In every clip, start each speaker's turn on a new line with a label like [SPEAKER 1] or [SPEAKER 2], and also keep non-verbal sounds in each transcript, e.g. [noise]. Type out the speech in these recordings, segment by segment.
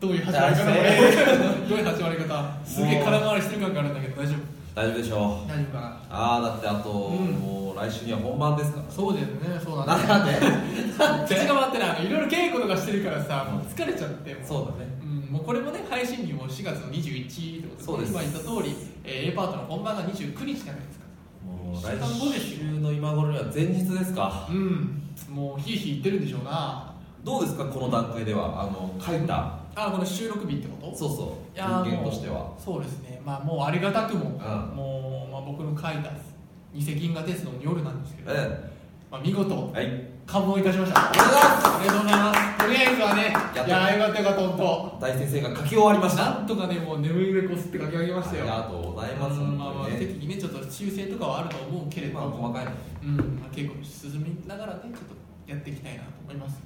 [SPEAKER 1] どういう始まり方
[SPEAKER 2] 男
[SPEAKER 1] どういう始まり方すげえ空回りしてる感があるんだけど大丈
[SPEAKER 2] 大丈夫でしょ
[SPEAKER 1] 夫
[SPEAKER 2] う
[SPEAKER 1] 大丈夫かな
[SPEAKER 2] ああだってあと、
[SPEAKER 1] ん
[SPEAKER 2] もう来週には本番ですか
[SPEAKER 1] そうだよねそう
[SPEAKER 2] ら
[SPEAKER 1] なんだよ
[SPEAKER 2] んで
[SPEAKER 1] [laughs] 口が回ってないあのいろいろ稽古とかしてるからさもう疲れちゃってもう
[SPEAKER 2] そうだね
[SPEAKER 1] うん、もうこれもね配信日も4月の21ってこと
[SPEAKER 2] そうです
[SPEAKER 1] 今言った通り、えー A パートの本番が29日じゃないですか
[SPEAKER 2] もう来週の今頃には前日ですか
[SPEAKER 1] うんもうひいひい言ってるんでしょうな
[SPEAKER 2] どうですかこの段階ではあの書いた
[SPEAKER 1] あこの収録日ってこと
[SPEAKER 2] そうそう
[SPEAKER 1] いやー
[SPEAKER 2] 人間
[SPEAKER 1] もう
[SPEAKER 2] としては
[SPEAKER 1] そうですねまあもうありがたくも、
[SPEAKER 2] ん
[SPEAKER 1] もう、まあ、僕の書いた「偽銀河鉄道の夜」なんですけど、
[SPEAKER 2] え
[SPEAKER 1] まあ、見事
[SPEAKER 2] えはい
[SPEAKER 1] 完本いたしましたおめでとうございますとりあえずはね
[SPEAKER 2] やった
[SPEAKER 1] いやーよかったよかった本当
[SPEAKER 2] 大先生が書き終わりました
[SPEAKER 1] なんとかねもう眠い上こすって書き上げましたよ
[SPEAKER 2] ありがとうございます
[SPEAKER 1] うんまあまあ
[SPEAKER 2] 本当に
[SPEAKER 1] 適
[SPEAKER 2] ね
[SPEAKER 1] 宜ねちょっと修正とかはあると思うけれど
[SPEAKER 2] まあ
[SPEAKER 1] も、
[SPEAKER 2] 細かい
[SPEAKER 1] うんまあ、稽古進みながらねちょっとやっていきたいなと思います、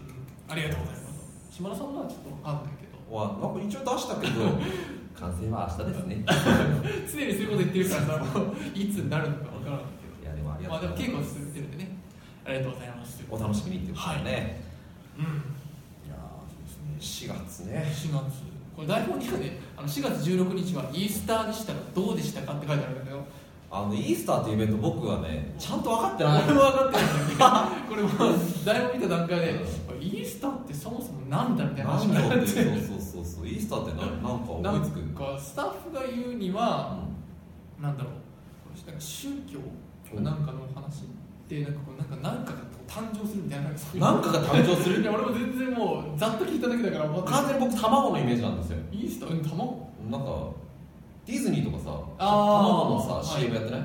[SPEAKER 1] うん、ありがとうございます島田さんのはちょっと分かんないけど
[SPEAKER 2] わなんか一応出したけど
[SPEAKER 1] [laughs]
[SPEAKER 2] 完成は明日ですね
[SPEAKER 1] 常にそういうこと言ってるからさもういつになるのか分からない
[SPEAKER 2] いやでもあ
[SPEAKER 1] け
[SPEAKER 2] り
[SPEAKER 1] ど
[SPEAKER 2] が
[SPEAKER 1] まあ
[SPEAKER 2] と
[SPEAKER 1] で
[SPEAKER 2] う
[SPEAKER 1] も稽古
[SPEAKER 2] ございま
[SPEAKER 1] を
[SPEAKER 2] す
[SPEAKER 1] 進めてるんでねありがとうございます
[SPEAKER 2] お楽しみにっていうことでね、
[SPEAKER 1] うん
[SPEAKER 2] いやーそうですね4月ね
[SPEAKER 1] 4月これ台本にはねあの4月16日はイースターでしたがどうでしたかって書いてあるんだけど
[SPEAKER 2] あのイースターっていうイベント僕はねちゃんと分かって
[SPEAKER 1] 俺
[SPEAKER 2] ない
[SPEAKER 1] も分かってないんだけどこれも台本見た段階でイースターってそもそもなんだみたいな話
[SPEAKER 2] 何
[SPEAKER 1] に
[SPEAKER 2] だ
[SPEAKER 1] な
[SPEAKER 2] ろう
[SPEAKER 1] っ
[SPEAKER 2] っ
[SPEAKER 1] て
[SPEAKER 2] てそうそうそうそうイースターってななんか
[SPEAKER 1] な
[SPEAKER 2] 思い
[SPEAKER 1] ん
[SPEAKER 2] つく
[SPEAKER 1] かスタッフが言うに
[SPEAKER 2] う
[SPEAKER 1] は、
[SPEAKER 2] ん
[SPEAKER 1] なんだろうなんか宗教
[SPEAKER 2] うん
[SPEAKER 1] なんかの話でなんかこうなんかなんかがこう誕生するみたいななんかそういう
[SPEAKER 2] なんかが誕生す
[SPEAKER 1] い
[SPEAKER 2] る
[SPEAKER 1] や俺も全然もうざっと聞いただけだから分かん
[SPEAKER 2] 完
[SPEAKER 1] ない
[SPEAKER 2] 全に僕卵のイメージなんですよ
[SPEAKER 1] イースターうん卵
[SPEAKER 2] なんかディズニーとかさ
[SPEAKER 1] あー
[SPEAKER 2] 卵のさ
[SPEAKER 1] はい
[SPEAKER 2] CM やってない、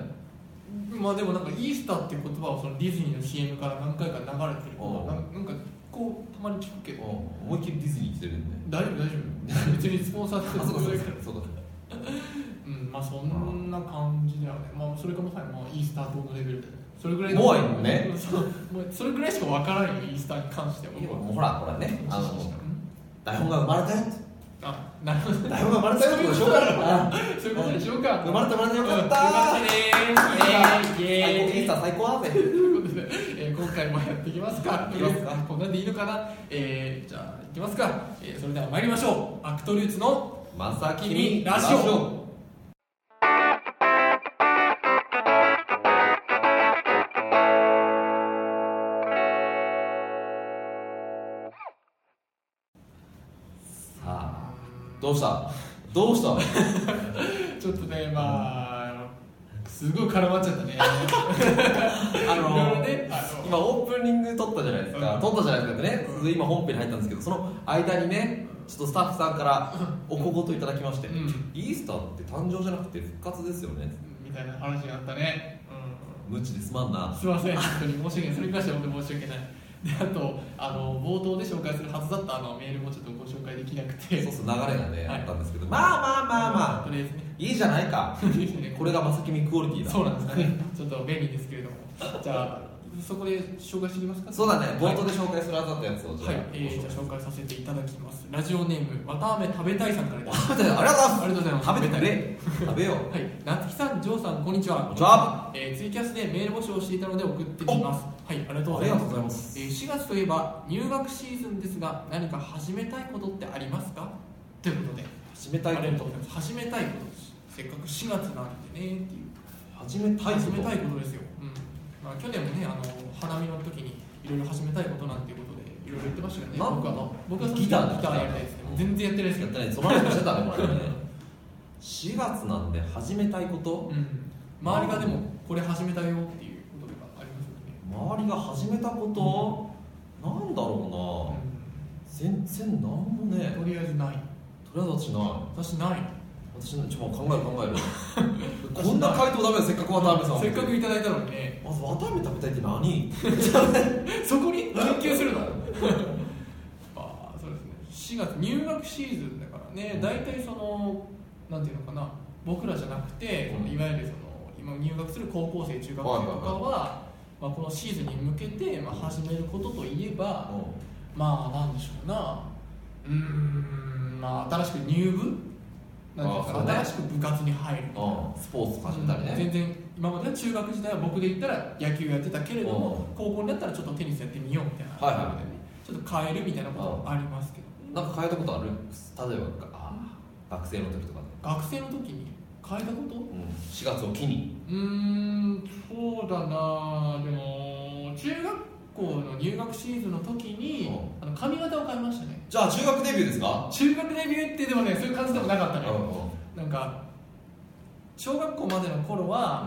[SPEAKER 1] まあでもなんかイースターっていう言葉をそのディズニーの CM から何回か流れてるからなんなんかこうたまに聞くけ
[SPEAKER 2] うん
[SPEAKER 1] ど
[SPEAKER 2] 思いっきりディズニー来てるんで
[SPEAKER 1] 大丈夫大丈夫別にスポンサーして
[SPEAKER 2] あそうかそう
[SPEAKER 1] るか
[SPEAKER 2] か
[SPEAKER 1] ら
[SPEAKER 2] そうか
[SPEAKER 1] うんまあそんな感じだよねまあそれかもさまあイースター島のレベルでそれぐらいの
[SPEAKER 2] モアイもね
[SPEAKER 1] そうもうそれぐらいしか分からないよイースターに関しては僕は
[SPEAKER 2] もうほらほらねあ
[SPEAKER 1] 知識し
[SPEAKER 2] の
[SPEAKER 1] かうん
[SPEAKER 2] 台本が生まれたよって
[SPEAKER 1] あなるほど
[SPEAKER 2] 台本が生まれたよってことでしょうから
[SPEAKER 1] そういうことでしょうか
[SPEAKER 2] 生まれた生まれた
[SPEAKER 1] う
[SPEAKER 2] よ
[SPEAKER 1] ん
[SPEAKER 2] か
[SPEAKER 1] よ
[SPEAKER 2] っ
[SPEAKER 1] かった
[SPEAKER 2] た
[SPEAKER 1] ねーイエーイ
[SPEAKER 2] 最高イースター最高だぜ
[SPEAKER 1] ということで、えー今回もやっていきますか。
[SPEAKER 2] いいですか
[SPEAKER 1] こんなんでいいのかな。えーじゃあいきますか、えーそれでは参りましょう。アクトルーツの
[SPEAKER 2] まさき
[SPEAKER 1] 君
[SPEAKER 2] み
[SPEAKER 1] ラ
[SPEAKER 2] ラ
[SPEAKER 1] ジ
[SPEAKER 2] ジ
[SPEAKER 1] オ
[SPEAKER 2] オさあどうしたどうした
[SPEAKER 1] ちょっとねまあすごい絡まっちゃった
[SPEAKER 2] [laughs]
[SPEAKER 1] ね。
[SPEAKER 2] あ
[SPEAKER 1] いろいろ
[SPEAKER 2] の
[SPEAKER 1] ねあの
[SPEAKER 2] 今オープニング撮ったじゃないですか、
[SPEAKER 1] うん
[SPEAKER 2] 撮ったじゃないですかってね
[SPEAKER 1] うん
[SPEAKER 2] 続いて今本編に入ったんですけどその間にねちょっとスタッフさんからお小言いただきまして、
[SPEAKER 1] うん
[SPEAKER 2] イースターって誕生じゃなくて復活ですよね
[SPEAKER 1] みたいな話があったね。うん
[SPEAKER 2] 無知ですまんな
[SPEAKER 1] すいません本当に申し訳ない。それに関しては本当に申し訳ない。であとあの冒頭で紹介するはずだったあのメールもちょっとご紹介できなくて。
[SPEAKER 2] そうそう流れがね、
[SPEAKER 1] はい
[SPEAKER 2] あったんですけどまあまあまあまあ
[SPEAKER 1] とりあえずね。
[SPEAKER 2] いいじゃないかこれがまさきみクオリティだ
[SPEAKER 1] そうなんですかね。ちょっと便利ですけれども。じゃあ、そこで紹介してきますか。
[SPEAKER 2] そうだね
[SPEAKER 1] はい
[SPEAKER 2] 冒頭で紹介するはずだったやつをじゃあ、
[SPEAKER 1] はい、えーじゃあ紹介させていただきます。ラジオネーム、わたあめ食べたいさんからです。
[SPEAKER 2] ありがとうございます
[SPEAKER 1] ありがとうございます
[SPEAKER 2] 食べてくれ食べよう
[SPEAKER 1] はい、夏木さん、ジョーさん、こんにちは。
[SPEAKER 2] こんにちは
[SPEAKER 1] えーツイキャスでメール募集をしていたので送ってきます。はい、ありがとうござい
[SPEAKER 2] あ
[SPEAKER 1] ます
[SPEAKER 2] りがとうございます
[SPEAKER 1] えー4月といえば入学シーズンですが、何か始めたいことってありますかということで、
[SPEAKER 2] 始め
[SPEAKER 1] あ
[SPEAKER 2] たい
[SPEAKER 1] りが
[SPEAKER 2] こ
[SPEAKER 1] う
[SPEAKER 2] と
[SPEAKER 1] ございます。始めたいことです。せっかく4月なんでねっていう。
[SPEAKER 2] と始めたい
[SPEAKER 1] 始
[SPEAKER 2] こと
[SPEAKER 1] めたいことですよ、うんまあ、去年もねあの花見の時にいろいろ始めたいことなんていうことでいろいろ言ってましたよね
[SPEAKER 2] なん
[SPEAKER 1] 僕は僕はその
[SPEAKER 2] ギターだ
[SPEAKER 1] ギターやりたいですね
[SPEAKER 2] うん
[SPEAKER 1] 全然やってないですけ
[SPEAKER 2] やっ
[SPEAKER 1] ど、
[SPEAKER 2] てないその話してたねこれね4月なんで始めたいこと
[SPEAKER 1] うん、周りがでもこれ始めたよっていうこととかありますよね
[SPEAKER 2] 周りが始めたこと、なんだろうな全然なんもね
[SPEAKER 1] とりあえずない
[SPEAKER 2] とりあえず私ない
[SPEAKER 1] 私ない
[SPEAKER 2] 私のちょっと考える考
[SPEAKER 1] [laughs]
[SPEAKER 2] えるこんな回答ダメだせっかく渡辺さん
[SPEAKER 1] せっかくいただいたのにね
[SPEAKER 2] まず渡辺食べたいって何
[SPEAKER 1] そこに研究 [laughs] するのあーそうですね4月入学シーズンだからね大体そのなんていうのかな僕らじゃなくて、
[SPEAKER 2] うん
[SPEAKER 1] いわゆるその今入学する高校生中学生とかは、
[SPEAKER 2] はいはい
[SPEAKER 1] まあ、このシーズンに向けて、まあ、始めることといえば、まあなんでしょうなうーんまあ新しく入部なんていうのか
[SPEAKER 2] あーそうね
[SPEAKER 1] な新しく部活に入るみたいな
[SPEAKER 2] うん、スポーツ始めたりね
[SPEAKER 1] 全然今までは中学時代は僕で言ったら野球やってたけれども高校になったらちょっとテニスやってみようみたいな
[SPEAKER 2] はいはい
[SPEAKER 1] ちょっと変えるみたいなことはありますけどね
[SPEAKER 2] なんか変えたことある例えばあ学生の時とかね、
[SPEAKER 1] 学生の時に変えたこと
[SPEAKER 2] うん、4月を機に
[SPEAKER 1] うーんそうだなでも中学校の入学シーズンの時に、あの髪型を変えましたね
[SPEAKER 2] じゃあ中学デビューですか
[SPEAKER 1] 中学デビューってでもねそういう感じでもなかったね、
[SPEAKER 2] う
[SPEAKER 1] なんか小学校までの頃は、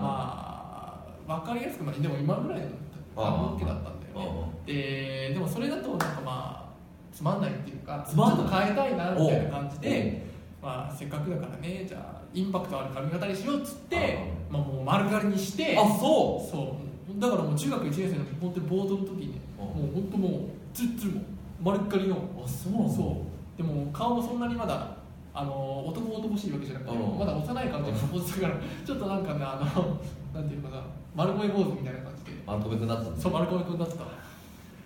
[SPEAKER 2] うん
[SPEAKER 1] まあ分かりやすくまあでも今ぐらいの
[SPEAKER 2] ああ
[SPEAKER 1] 髪の毛だったんだよ
[SPEAKER 2] ん
[SPEAKER 1] ね
[SPEAKER 2] うん
[SPEAKER 1] ででもそれだとなんかまあつまんないっていうか
[SPEAKER 2] つまんない
[SPEAKER 1] ちょっと変えたいなみたいな感じで、
[SPEAKER 2] で
[SPEAKER 1] まあ、せっかくだからねじゃあインパクトある髪型にしようっつって
[SPEAKER 2] あ
[SPEAKER 1] まあ、もう丸刈りにして
[SPEAKER 2] あそ
[SPEAKER 1] そうだからもう中学1年生の時本当にボートの時にね
[SPEAKER 2] う
[SPEAKER 1] もう本当もうツッツルも丸っかりの
[SPEAKER 2] あそうなんだ
[SPEAKER 1] そうでも顔もそんなにまだあの男男しいわけじゃなくて
[SPEAKER 2] うん
[SPEAKER 1] まだ幼い感じの坊主だからちょっとなんかねあのなんていうかな丸声坊主みたいな感じで
[SPEAKER 2] 丸飛べくなったんです
[SPEAKER 1] そう丸声君だった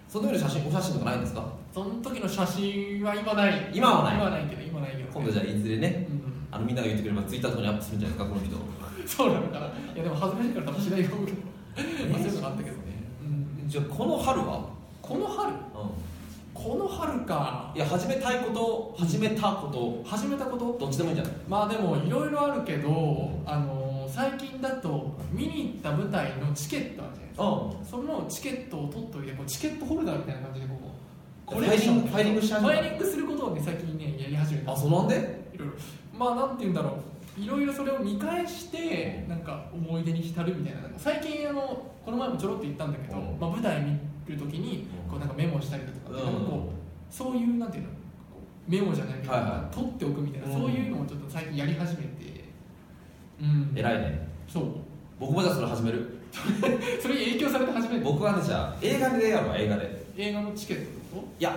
[SPEAKER 2] その時の写真お写真とかないんですか
[SPEAKER 1] その時の写真は今ない
[SPEAKER 2] 今はない
[SPEAKER 1] 今はないけど今ないけど
[SPEAKER 2] 今度じゃあいずれね
[SPEAKER 1] うん
[SPEAKER 2] あのみんなが言ってくれればツイッターとかにアップするんじゃないですかこの人
[SPEAKER 1] そうなのかな。いやでも恥ずかしいから多分しないよ。まあそういうのがあったけどね。うん
[SPEAKER 2] じゃあこの春は、
[SPEAKER 1] この春、この春か
[SPEAKER 2] い。や始めたいこと始めたこと
[SPEAKER 1] 始めたこと？
[SPEAKER 2] どっちでもいいんじゃない
[SPEAKER 1] まあでもいろいろあるけど、あのー最近だと見に行った舞台のチケットあるじゃないですか。
[SPEAKER 2] うん
[SPEAKER 1] そのチケットを取っといて、こうチケットホルダーみたいな感じでここ。
[SPEAKER 2] ファイリングファイリングし
[SPEAKER 1] フ
[SPEAKER 2] ちゃうんだ
[SPEAKER 1] ァイリングすることをね最近ねやり始めた。
[SPEAKER 2] あそうなんで
[SPEAKER 1] いろいろまあなんて言うんだろういろいろそれを見返してなんか思い出に浸るみたいななんか最近あのこの前もちょろっと言ったんだけど、
[SPEAKER 2] うん
[SPEAKER 1] まあ、舞台見るときに
[SPEAKER 2] うん
[SPEAKER 1] こうなんかメモしたりだとか,、なんかこうそういうなんていうのこうメモじゃないけど、
[SPEAKER 2] はいは
[SPEAKER 1] 取っておくみたいな、
[SPEAKER 2] うん
[SPEAKER 1] そういうのをちょっと最近やり始めてうん
[SPEAKER 2] 偉いね
[SPEAKER 1] そう [laughs]
[SPEAKER 2] 僕もじゃあそれ始める
[SPEAKER 1] それに影響されて初めて
[SPEAKER 2] 僕はねじゃあ映画でやろう映画で
[SPEAKER 1] 映画のチケットと
[SPEAKER 2] いや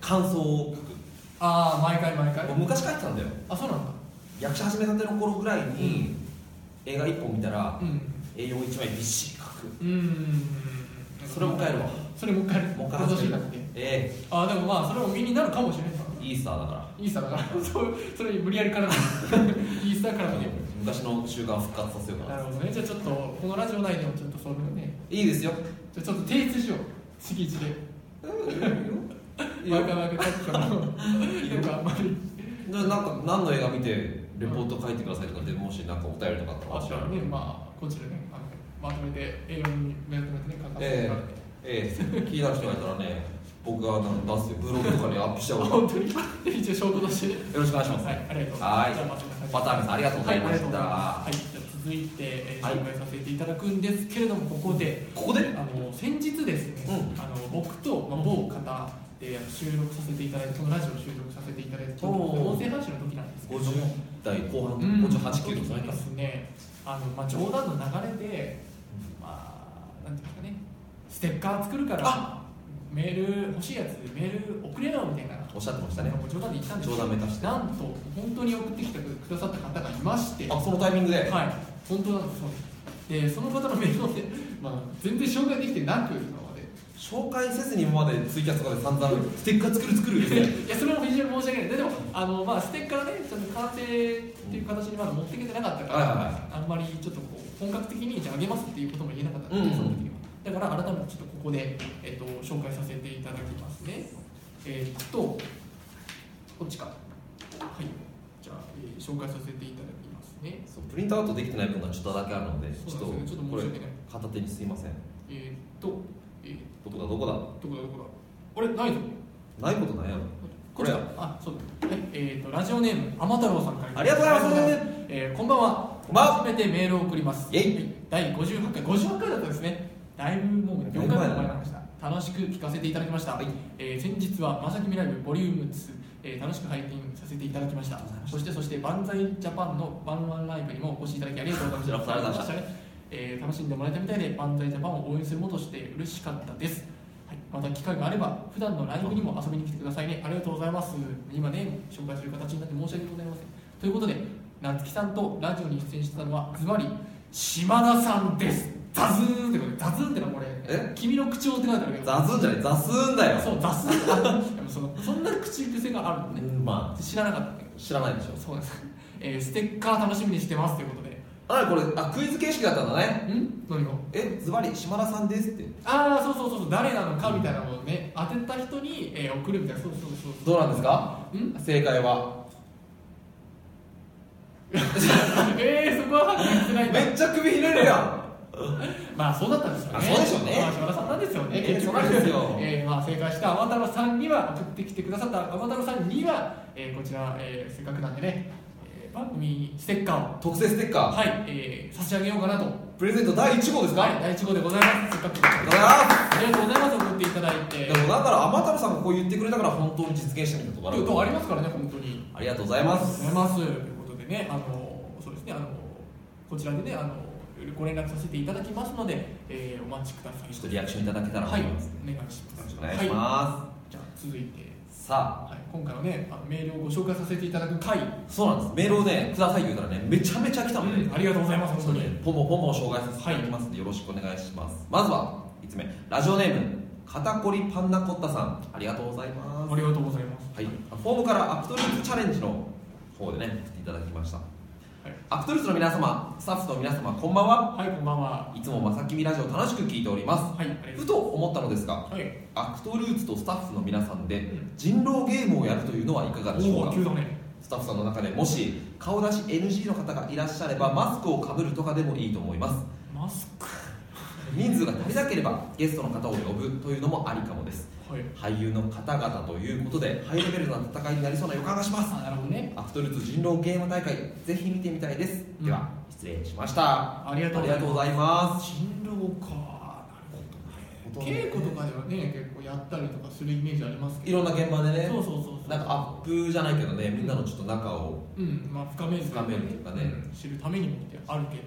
[SPEAKER 2] 感想を書く
[SPEAKER 1] ああ毎回毎回
[SPEAKER 2] 僕昔書いてたんだよ
[SPEAKER 1] あそうなんだ
[SPEAKER 2] 役者始めたての頃ぐらいに、映画1本見たら
[SPEAKER 1] うん
[SPEAKER 2] 栄養1枚びっしり書く
[SPEAKER 1] うん
[SPEAKER 2] それも帰るわ
[SPEAKER 1] それもう一回やる
[SPEAKER 2] もう一回始める
[SPEAKER 1] 今年だって
[SPEAKER 2] え
[SPEAKER 1] あでもまあそれも身になるかもしれないから
[SPEAKER 2] えイースターだから
[SPEAKER 1] イースターだからそうそれ無理や [laughs] りからのイースターからのね
[SPEAKER 2] 昔の習慣を復活させようか
[SPEAKER 1] な
[SPEAKER 2] な
[SPEAKER 1] るほどねじゃあちょっとこのラジオ内でもちょっとそういうのね
[SPEAKER 2] いいですよ
[SPEAKER 1] じゃあちょっと提出しよう月一で
[SPEAKER 2] いや
[SPEAKER 1] 毎回毎回書くからなんかあんまり
[SPEAKER 2] じゃあなんか何の映画見てレポート書いてくださいとかでもしなんかお便りとかあったら
[SPEAKER 1] あちらねまあこっちでねあのまとめて英語にまとめてね書かせて
[SPEAKER 2] え
[SPEAKER 1] もらっ
[SPEAKER 2] えええ聞いた人がいたらね僕がなんか出すよブログとかにアップしちゃ
[SPEAKER 1] て
[SPEAKER 2] うからよ
[SPEAKER 1] 本当に一応証拠としてね
[SPEAKER 2] ろしくお願いします、
[SPEAKER 1] はいありがとうございます
[SPEAKER 2] はい
[SPEAKER 1] じゃあまとめさせて
[SPEAKER 2] バターミンさんありがとうございまし
[SPEAKER 1] はい、ありがと
[SPEAKER 2] た、
[SPEAKER 1] うございますはいじゃあ続いて、えー
[SPEAKER 2] はい
[SPEAKER 1] 紹介させていただくんですけれども、ここで、
[SPEAKER 2] ここで
[SPEAKER 1] あの先日ですね、
[SPEAKER 2] う
[SPEAKER 1] あの僕と、まあ、某方であの収録させていただいた、このラジオを収録させていただいた時、
[SPEAKER 2] おー
[SPEAKER 1] 音声配信の時なんですけれど
[SPEAKER 2] 50
[SPEAKER 1] も、
[SPEAKER 2] 代後半、
[SPEAKER 1] うん
[SPEAKER 2] 58、9と
[SPEAKER 1] そ
[SPEAKER 2] か
[SPEAKER 1] う
[SPEAKER 2] ね
[SPEAKER 1] ですね、あのまあ、冗談の流れで、まあ、なんていうんですかね、ステッカー作るから、メール欲しいやつ、メール送れよみたいな。
[SPEAKER 2] おっしゃってましたね
[SPEAKER 1] もう冗談で言ったんですけど
[SPEAKER 2] 冗談めかして
[SPEAKER 1] なんと本当に送ってきてくださった方がいまして
[SPEAKER 2] あそのタイミングで、
[SPEAKER 1] はい、本当なんですそうですでその方のメールをね、 [laughs] まあ、全然紹介できてなく今まで
[SPEAKER 2] 紹介せずに今までツイキャスとかで散々ステッカー作る作るですね
[SPEAKER 1] [laughs] いやそれも非常に申し訳ないででもあの、まあ、ステッカーねちょっと完成っていう形にまだ持ってきてなかったから、
[SPEAKER 2] はいはいは
[SPEAKER 1] あんまりちょっとこう本格的にじゃああげますっていうことも言えなかったんで、
[SPEAKER 2] うん
[SPEAKER 1] その時はだから改めてちょっとここで、えっと紹介させていただきますねえっとこっちかはいじゃあ、えー紹介させていただきますね
[SPEAKER 2] そうプリントアウトできてない分がちょっとだけあるのでちょっと
[SPEAKER 1] そうなんですよねちょっと
[SPEAKER 2] これ
[SPEAKER 1] 申し訳ない
[SPEAKER 2] 片手にすいません
[SPEAKER 1] えっとえー
[SPEAKER 2] どこだどこだ
[SPEAKER 1] どこだどこだあれないぞ
[SPEAKER 2] ないことないやろこれや
[SPEAKER 1] あそうだはいえっ、とラジオネーム天太郎さんから
[SPEAKER 2] ありがとうございます
[SPEAKER 1] す、えー、こんばんは
[SPEAKER 2] こんばんは
[SPEAKER 1] 初めてメールを送ります
[SPEAKER 2] イェイ
[SPEAKER 1] はい第58回58回だったんですねだいぶもう4回も前になりました楽しく聞かせていただきました、
[SPEAKER 2] はい
[SPEAKER 1] えー先日は「まさきみライブボリューム2、えー楽しく拝見させていただきましたそしてそして万歳ジャパンのワンワンライブにもお越しいただきありがとうございました
[SPEAKER 2] ありがとうござ
[SPEAKER 1] いました、えー楽しんでもらえたみたいで万歳ジャパンを応援するものとして嬉しかったですはい、また機会があれば普段のライブにも遊びに来てくださいねありがとうございます今ね紹介する形になって申し訳ございませんということで夏木さんとラジオに出演したのはズバリ島田さんですザズーンってことでザズーンってのはこれ
[SPEAKER 2] え
[SPEAKER 1] 君の口調って書いてあるけど
[SPEAKER 2] 雑んじゃない雑んだよ、
[SPEAKER 1] そうザスーン [laughs] でもそのそんな口癖があるの
[SPEAKER 2] う
[SPEAKER 1] ね
[SPEAKER 2] んま
[SPEAKER 1] 知らなかったんだけ
[SPEAKER 2] あ知らないでしょ
[SPEAKER 1] どそうなんです、えーステッカー楽しみにしてますということで
[SPEAKER 2] あこれあクイズ形式だったんだね
[SPEAKER 1] ん何が
[SPEAKER 2] えズバリ島田さんですって
[SPEAKER 1] ああそうそうそうそう誰なのかみたいなものをね当てた人に、えー送るみたいなそうそうそう
[SPEAKER 2] [laughs] どうなんですか
[SPEAKER 1] うん
[SPEAKER 2] 正解は
[SPEAKER 1] えー、そこははっきり言ってないんだ
[SPEAKER 2] めっちゃ首ひねるやん
[SPEAKER 1] まあそうだったんですよね
[SPEAKER 2] あそうでしょうね
[SPEAKER 1] まあ島田さんなんですよね、
[SPEAKER 2] えーそうなんですよ
[SPEAKER 1] [laughs] えーまあ、正解した天太郎さんには送ってきてくださった天太郎さんには、えーこちら、えーせっかくなんでね、えー番組にステッカーを
[SPEAKER 2] 特製ステッカ
[SPEAKER 1] はい、えー差し上げようかなと
[SPEAKER 2] ープレゼント第1号ですか、
[SPEAKER 1] は
[SPEAKER 2] あ
[SPEAKER 1] い第1号でございますせっかく
[SPEAKER 2] りがとうございます
[SPEAKER 1] ありがとうございます送っていただいて
[SPEAKER 2] でもだから天太郎さんがこう言ってくれたから本当に実現したみたいなところある
[SPEAKER 1] とありますからね本当に
[SPEAKER 2] ありがとうございます
[SPEAKER 1] ありがとうございますということでねあのそうですねあのこちらでねあのご連絡させていただきますので、えーお待ちください
[SPEAKER 2] ちょっとリアクションいただけたらと
[SPEAKER 1] は
[SPEAKER 2] 思
[SPEAKER 1] い
[SPEAKER 2] い
[SPEAKER 1] お願
[SPEAKER 2] ま
[SPEAKER 1] い
[SPEAKER 2] す、
[SPEAKER 1] し
[SPEAKER 2] よ
[SPEAKER 1] ま
[SPEAKER 2] ろ
[SPEAKER 1] す
[SPEAKER 2] しくお願いしま
[SPEAKER 1] はい、じゃあ続いて、
[SPEAKER 2] す、さあ
[SPEAKER 1] はい、今回はねあのメールをご紹介させていただく回、
[SPEAKER 2] そうなんですメールをねくださいって言うたらねめちゃめちゃ来たので、
[SPEAKER 1] うんありがとうございます本当に
[SPEAKER 2] ポンポンポンポン紹介させていただきますんで、よろしくお願いしますまずは5つ目ラジオネーム肩こりパンナコッタさんありがとうございます
[SPEAKER 1] ありがとうございます
[SPEAKER 2] はい、フォームからアクトリーズチャレンジの方でねいただきました、アクトリーズの皆様スタッフの皆様こんばんは
[SPEAKER 1] はいこんばんはい
[SPEAKER 2] つもまさきみラジオ楽しく聞いております
[SPEAKER 1] はいありが
[SPEAKER 2] ふ
[SPEAKER 1] と
[SPEAKER 2] と思ったのですが
[SPEAKER 1] うはい
[SPEAKER 2] アクトルーツとスタッフの皆さんで
[SPEAKER 1] うん
[SPEAKER 2] 人狼ゲームをやるというのはいかがでしょう
[SPEAKER 1] おお
[SPEAKER 2] か
[SPEAKER 1] 急だね
[SPEAKER 2] スタッフさんの中でもし顔出し NG の方がいらっしゃればマスクをかぶるとかでもいいと思います
[SPEAKER 1] マスク
[SPEAKER 2] 人数が足りなければゲストの方を呼ぶというのもありかもです
[SPEAKER 1] はい
[SPEAKER 2] 俳優の方々ということでハイレベルな戦いになりそうな予感がします
[SPEAKER 1] あなるほどね
[SPEAKER 2] アクトルーツ人狼ゲーム大会ぜひ見てみたいです、
[SPEAKER 1] うん
[SPEAKER 2] では失礼しましたあ
[SPEAKER 1] ありがとう
[SPEAKER 2] り
[SPEAKER 1] ござ
[SPEAKER 2] が
[SPEAKER 1] い
[SPEAKER 2] とう
[SPEAKER 1] ま
[SPEAKER 2] ございます
[SPEAKER 1] す人狼かなるほどね稽古とかではね結構やったりとかするイメージありますけ
[SPEAKER 2] い
[SPEAKER 1] ど
[SPEAKER 2] ろんな現場でね
[SPEAKER 1] そうそうそうそう
[SPEAKER 2] なんかアップじゃないけどねみんなのちょっと仲を
[SPEAKER 1] うんまあ深める
[SPEAKER 2] 深めるというかね
[SPEAKER 1] ん知るためにもってあるけ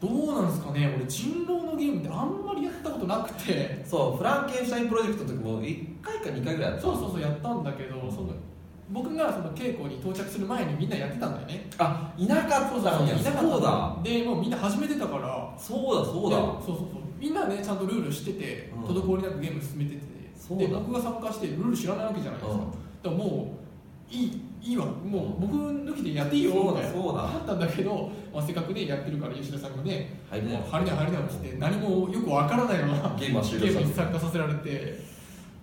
[SPEAKER 1] どどうなんですかね俺人狼のゲームってあんまりやったことなくて
[SPEAKER 2] そうフランケンシュタインプロジェクトの時も1回か2回ぐらいやった
[SPEAKER 1] そうそうそうやったんだけどその僕がその稽古に到着する前にみんなやってたんだよね
[SPEAKER 2] あいなかったのに
[SPEAKER 1] いなかった
[SPEAKER 2] そうだ
[SPEAKER 1] でもうみんな始めてたから
[SPEAKER 2] そうだそう
[SPEAKER 1] で
[SPEAKER 2] だ
[SPEAKER 1] そうそうそうみんなねちゃんとルールしてて
[SPEAKER 2] うん
[SPEAKER 1] 滞りなくゲーム進めてて
[SPEAKER 2] そうだ
[SPEAKER 1] で僕が参加してルール知らないわけじゃないですかだからもういいいいわもう僕抜きでやっていいよ
[SPEAKER 2] そ
[SPEAKER 1] み
[SPEAKER 2] うだ
[SPEAKER 1] たいな
[SPEAKER 2] そうだ
[SPEAKER 1] あったんだけど、まあ、せっかくねやってるから吉田さんがね
[SPEAKER 2] 入
[SPEAKER 1] 「
[SPEAKER 2] れ
[SPEAKER 1] も
[SPEAKER 2] ないう
[SPEAKER 1] 入れない入れない」って言って何もよくわからないような
[SPEAKER 2] ゲームは
[SPEAKER 1] ゲ
[SPEAKER 2] 終了し
[SPEAKER 1] ー
[SPEAKER 2] た
[SPEAKER 1] ムに参加させられてっ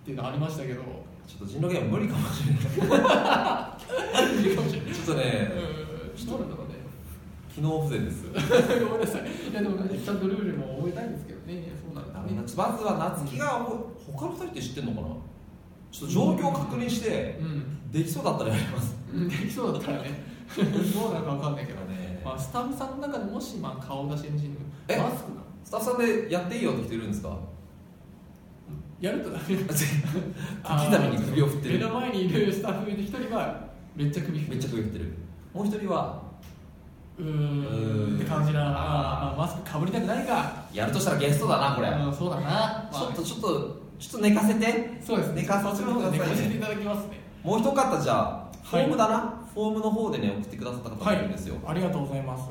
[SPEAKER 1] ていうのありましたけど
[SPEAKER 2] ちょっと人狼ゲーム無理かもしれない
[SPEAKER 1] いいかもしれない
[SPEAKER 2] ちょっとね
[SPEAKER 1] うんどうなんだろうね
[SPEAKER 2] 機能不全です
[SPEAKER 1] ごめんなさいいやでもねちゃんとルールも覚えたいんですけどねそうなんだ
[SPEAKER 2] ダ
[SPEAKER 1] ね
[SPEAKER 2] メなまずは夏希が他の2人って知ってんのかなちょっと状況を確認して
[SPEAKER 1] うん
[SPEAKER 2] できそうだったらやります
[SPEAKER 1] うんできそうだったらねどうなるかわかんないけど、
[SPEAKER 2] ね
[SPEAKER 1] まあ、スタッフさんの中でもし、まあ、顔出し NG
[SPEAKER 2] え
[SPEAKER 1] のマスクが
[SPEAKER 2] スタッフさんでやっていいよって人いるんですか [laughs]
[SPEAKER 1] やるとダメだ
[SPEAKER 2] 小刻みに首を振ってる
[SPEAKER 1] 目の前にいるスタッフの一人はめっちゃ首振って
[SPEAKER 2] めっちゃ首振ってるもう一人は
[SPEAKER 1] うーんって感じなあー、まあ、マスクかぶりたくないか
[SPEAKER 2] やるとしたらゲストだなこれ
[SPEAKER 1] うん、そうだな、まあ
[SPEAKER 2] ちょっとちょっとちょっと寝かせて
[SPEAKER 1] そうですね
[SPEAKER 2] 寝かさせてくださいね
[SPEAKER 1] 寝かせていただきますね
[SPEAKER 2] もう一方じゃあフ
[SPEAKER 1] はい
[SPEAKER 2] ォームだな、フォームの方でね送ってくださった方がいるんですよ、
[SPEAKER 1] ありがとうございます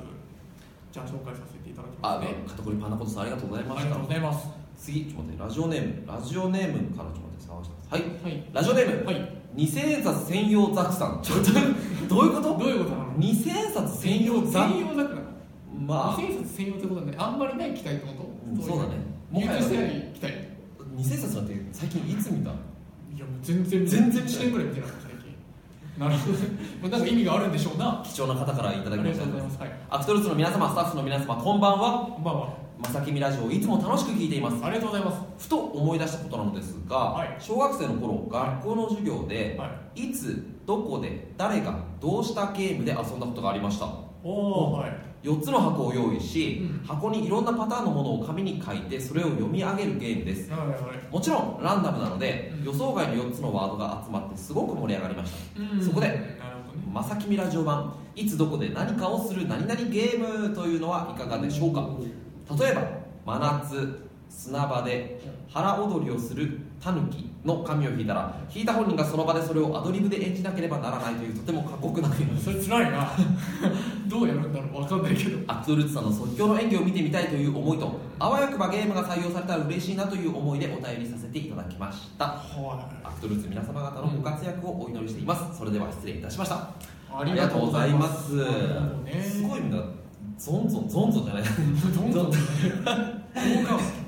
[SPEAKER 1] じゃあ紹介させていただき
[SPEAKER 2] あ
[SPEAKER 1] ますね
[SPEAKER 2] ね、肩こりパンナコトさんありがとうございま
[SPEAKER 1] あ
[SPEAKER 2] し
[SPEAKER 1] り
[SPEAKER 2] た
[SPEAKER 1] がとうございます
[SPEAKER 2] 次ちょっと待ってラジオネームラジオネームからちょっと待って探してますはい
[SPEAKER 1] はい
[SPEAKER 2] ラジオネーム、
[SPEAKER 1] はい
[SPEAKER 2] 二千円札専用ザクさんちょっとどういうこと
[SPEAKER 1] どういうことなの
[SPEAKER 2] 二千円札専用ザ
[SPEAKER 1] 専用だから
[SPEAKER 2] まあ
[SPEAKER 1] 2000冊専用ってことなんであんまりない機体ってこと、
[SPEAKER 2] うんそうだね
[SPEAKER 1] 流通してな
[SPEAKER 2] ね
[SPEAKER 1] い機体
[SPEAKER 2] 二千円札なんて最近いつ見
[SPEAKER 1] いやも
[SPEAKER 2] た
[SPEAKER 1] う全然
[SPEAKER 2] 全然
[SPEAKER 1] 1年ぐらい見てなかった最近なるほどねまあなんか意味があるんでしょうな
[SPEAKER 2] 貴重な方からいた
[SPEAKER 1] あ
[SPEAKER 2] だ
[SPEAKER 1] り
[SPEAKER 2] き
[SPEAKER 1] が
[SPEAKER 2] まし
[SPEAKER 1] と
[SPEAKER 2] た
[SPEAKER 1] うございますはい
[SPEAKER 2] アクトルーツの皆様スタッフの皆様こんばんは
[SPEAKER 1] こんばんは
[SPEAKER 2] まさきみラジオをいつも楽しく聞いています
[SPEAKER 1] ありがとうございます
[SPEAKER 2] ふと思い出したことなのですが、
[SPEAKER 1] はい
[SPEAKER 2] 小学生の頃学校の授業で、、
[SPEAKER 1] はい
[SPEAKER 2] つどこで誰がどうしたゲームで遊んだことがありました
[SPEAKER 1] おおはい
[SPEAKER 2] 4つの箱を用意し、
[SPEAKER 1] うん
[SPEAKER 2] 箱にいろんなパターンのものを紙に書いてそれを読み上げるゲームです
[SPEAKER 1] はいはい
[SPEAKER 2] もちろんランダムなので、
[SPEAKER 1] うん
[SPEAKER 2] 予想外の4つのワードが集まってすごく盛り上がりました
[SPEAKER 1] うん
[SPEAKER 2] そこで
[SPEAKER 1] なるほどね
[SPEAKER 2] まさきみラジオ版いつどこで何かをする何々ゲームというのはいかがでしょうか例えば真夏砂場で腹踊りをするタヌキの紙を引いたら引いた本人がその場でそれをアドリブで演じなければならないというとても過酷なゲーム
[SPEAKER 1] それ辛いな [laughs] どうやるんだろうわかんないけど
[SPEAKER 2] アクトルーツさんの即興の演技を見てみたいという思いとあわよくばゲームが採用されたら嬉しいなという思いでお便りさせていただきました
[SPEAKER 1] は
[SPEAKER 2] アクトルーツ皆様方のご活躍をお祈りしていますそれでは失礼いたしました
[SPEAKER 1] い
[SPEAKER 2] ありがとうございます
[SPEAKER 1] ありがとうね
[SPEAKER 2] すごいんだゾンゾンゾンゾンじゃない
[SPEAKER 1] どんどんね効果音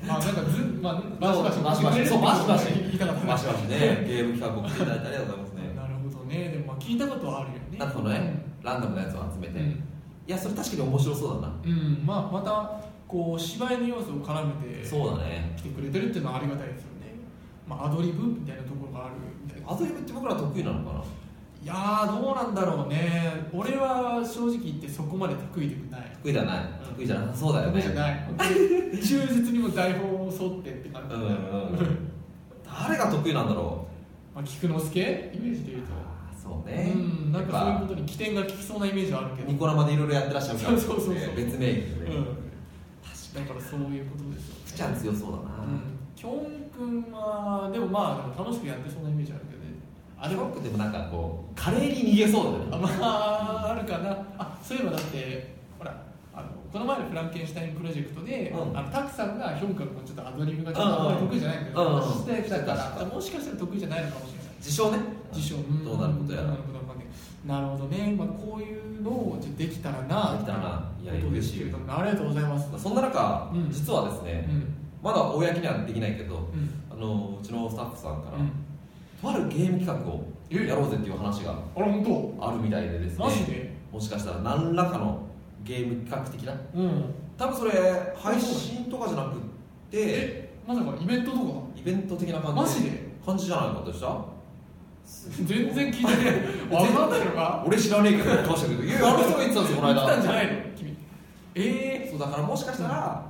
[SPEAKER 1] まあなんかずまあバシバシ
[SPEAKER 2] バシバシそうバシバシ
[SPEAKER 1] 言いたかった
[SPEAKER 2] マシマシねゲーム企画を来ていただいてありがとうございますね
[SPEAKER 1] なるほどねでもまあ聞いたことはあるよね
[SPEAKER 2] なるほどねランダムなやつを集め
[SPEAKER 1] う
[SPEAKER 2] て、い
[SPEAKER 1] ん
[SPEAKER 2] やそれ確かに面白そうだな、
[SPEAKER 1] うんまあまたこう芝居の要素を絡めて
[SPEAKER 2] そうだね
[SPEAKER 1] 来てくれてるっていうのはありがたいですよねまあアドリブみたいなところがあるみたいな
[SPEAKER 2] アドリブって僕ら得意なのかない
[SPEAKER 1] やーどうなんだろうね俺は正直言ってそこまで得意でもない
[SPEAKER 2] 得意じゃない、
[SPEAKER 1] うん
[SPEAKER 2] 得意じゃなさそうだよ
[SPEAKER 1] 得
[SPEAKER 2] ね
[SPEAKER 1] 意じゃない忠実にもう台本を沿ってって感じ
[SPEAKER 2] うんうんうん誰が得意なんだろ
[SPEAKER 1] [laughs] まあ菊之助イメージで
[SPEAKER 2] う
[SPEAKER 1] 言うと
[SPEAKER 2] あーそうね、
[SPEAKER 1] うんなんかそういう
[SPEAKER 2] や
[SPEAKER 1] こ
[SPEAKER 2] っ
[SPEAKER 1] とに起点が効きそうなイメージはあるけ
[SPEAKER 2] ぱ
[SPEAKER 1] ど
[SPEAKER 2] ニコ生でいろいろやってらっしゃるから
[SPEAKER 1] そうそうそうそう
[SPEAKER 2] 別名義で
[SPEAKER 1] う
[SPEAKER 2] ね、
[SPEAKER 1] んだからそういうことですよね
[SPEAKER 2] ふちゃん強そうだな、
[SPEAKER 1] うんきょんくんはでもまあでも楽しくやってそうなイメージあるけどね
[SPEAKER 2] あれ僕でもなんかこう華麗に逃げそうだよね
[SPEAKER 1] あまああるかなあそういえばだってほらあのこの前のフランケンシュタインプロジェクトで、
[SPEAKER 2] うん
[SPEAKER 1] あのタクさんがヒョン君のちょっとアドリブがちょっとあんまり得意じゃないけ
[SPEAKER 2] うん
[SPEAKER 1] ど
[SPEAKER 2] うん
[SPEAKER 1] してきたか
[SPEAKER 2] 確からに
[SPEAKER 1] もしかしたら得意じゃないのかもしれない
[SPEAKER 2] 自称ね
[SPEAKER 1] 自称
[SPEAKER 2] どうなることやら
[SPEAKER 1] どうなることわかんないなるほどね、まあ、こういうのをじゃあできたらな
[SPEAKER 2] できたらないや
[SPEAKER 1] ことで
[SPEAKER 2] 嬉
[SPEAKER 1] す
[SPEAKER 2] し
[SPEAKER 1] け
[SPEAKER 2] い
[SPEAKER 1] れ
[SPEAKER 2] よ
[SPEAKER 1] どもありがとうございます
[SPEAKER 2] そんな中、
[SPEAKER 1] うん
[SPEAKER 2] 実はです
[SPEAKER 1] う
[SPEAKER 2] ね、
[SPEAKER 1] ん
[SPEAKER 2] まだ公にはできないけど
[SPEAKER 1] うん
[SPEAKER 2] あのうちのスタッフさんから、
[SPEAKER 1] うん
[SPEAKER 2] とあるゲーム企画を
[SPEAKER 1] え
[SPEAKER 2] やろうぜっていう話が
[SPEAKER 1] あれ本
[SPEAKER 2] あるみたいでです
[SPEAKER 1] 当マジ
[SPEAKER 2] ね
[SPEAKER 1] で
[SPEAKER 2] もしかしたら何らかのゲーム企画的な
[SPEAKER 1] うん
[SPEAKER 2] 多分それ配信とかじゃなくって
[SPEAKER 1] えまさかイベントとか
[SPEAKER 2] イベント的な感じ
[SPEAKER 1] マジで
[SPEAKER 2] 感じじゃないかとした
[SPEAKER 1] 全然
[SPEAKER 2] [laughs]
[SPEAKER 1] 聞いてない分かんないのか
[SPEAKER 2] 俺知らねえけどどうしたけどいや [laughs] あの人が言ってたんですよこの
[SPEAKER 1] 来たんじゃ
[SPEAKER 2] 間
[SPEAKER 1] ないの君え
[SPEAKER 2] そうだからもしかしたら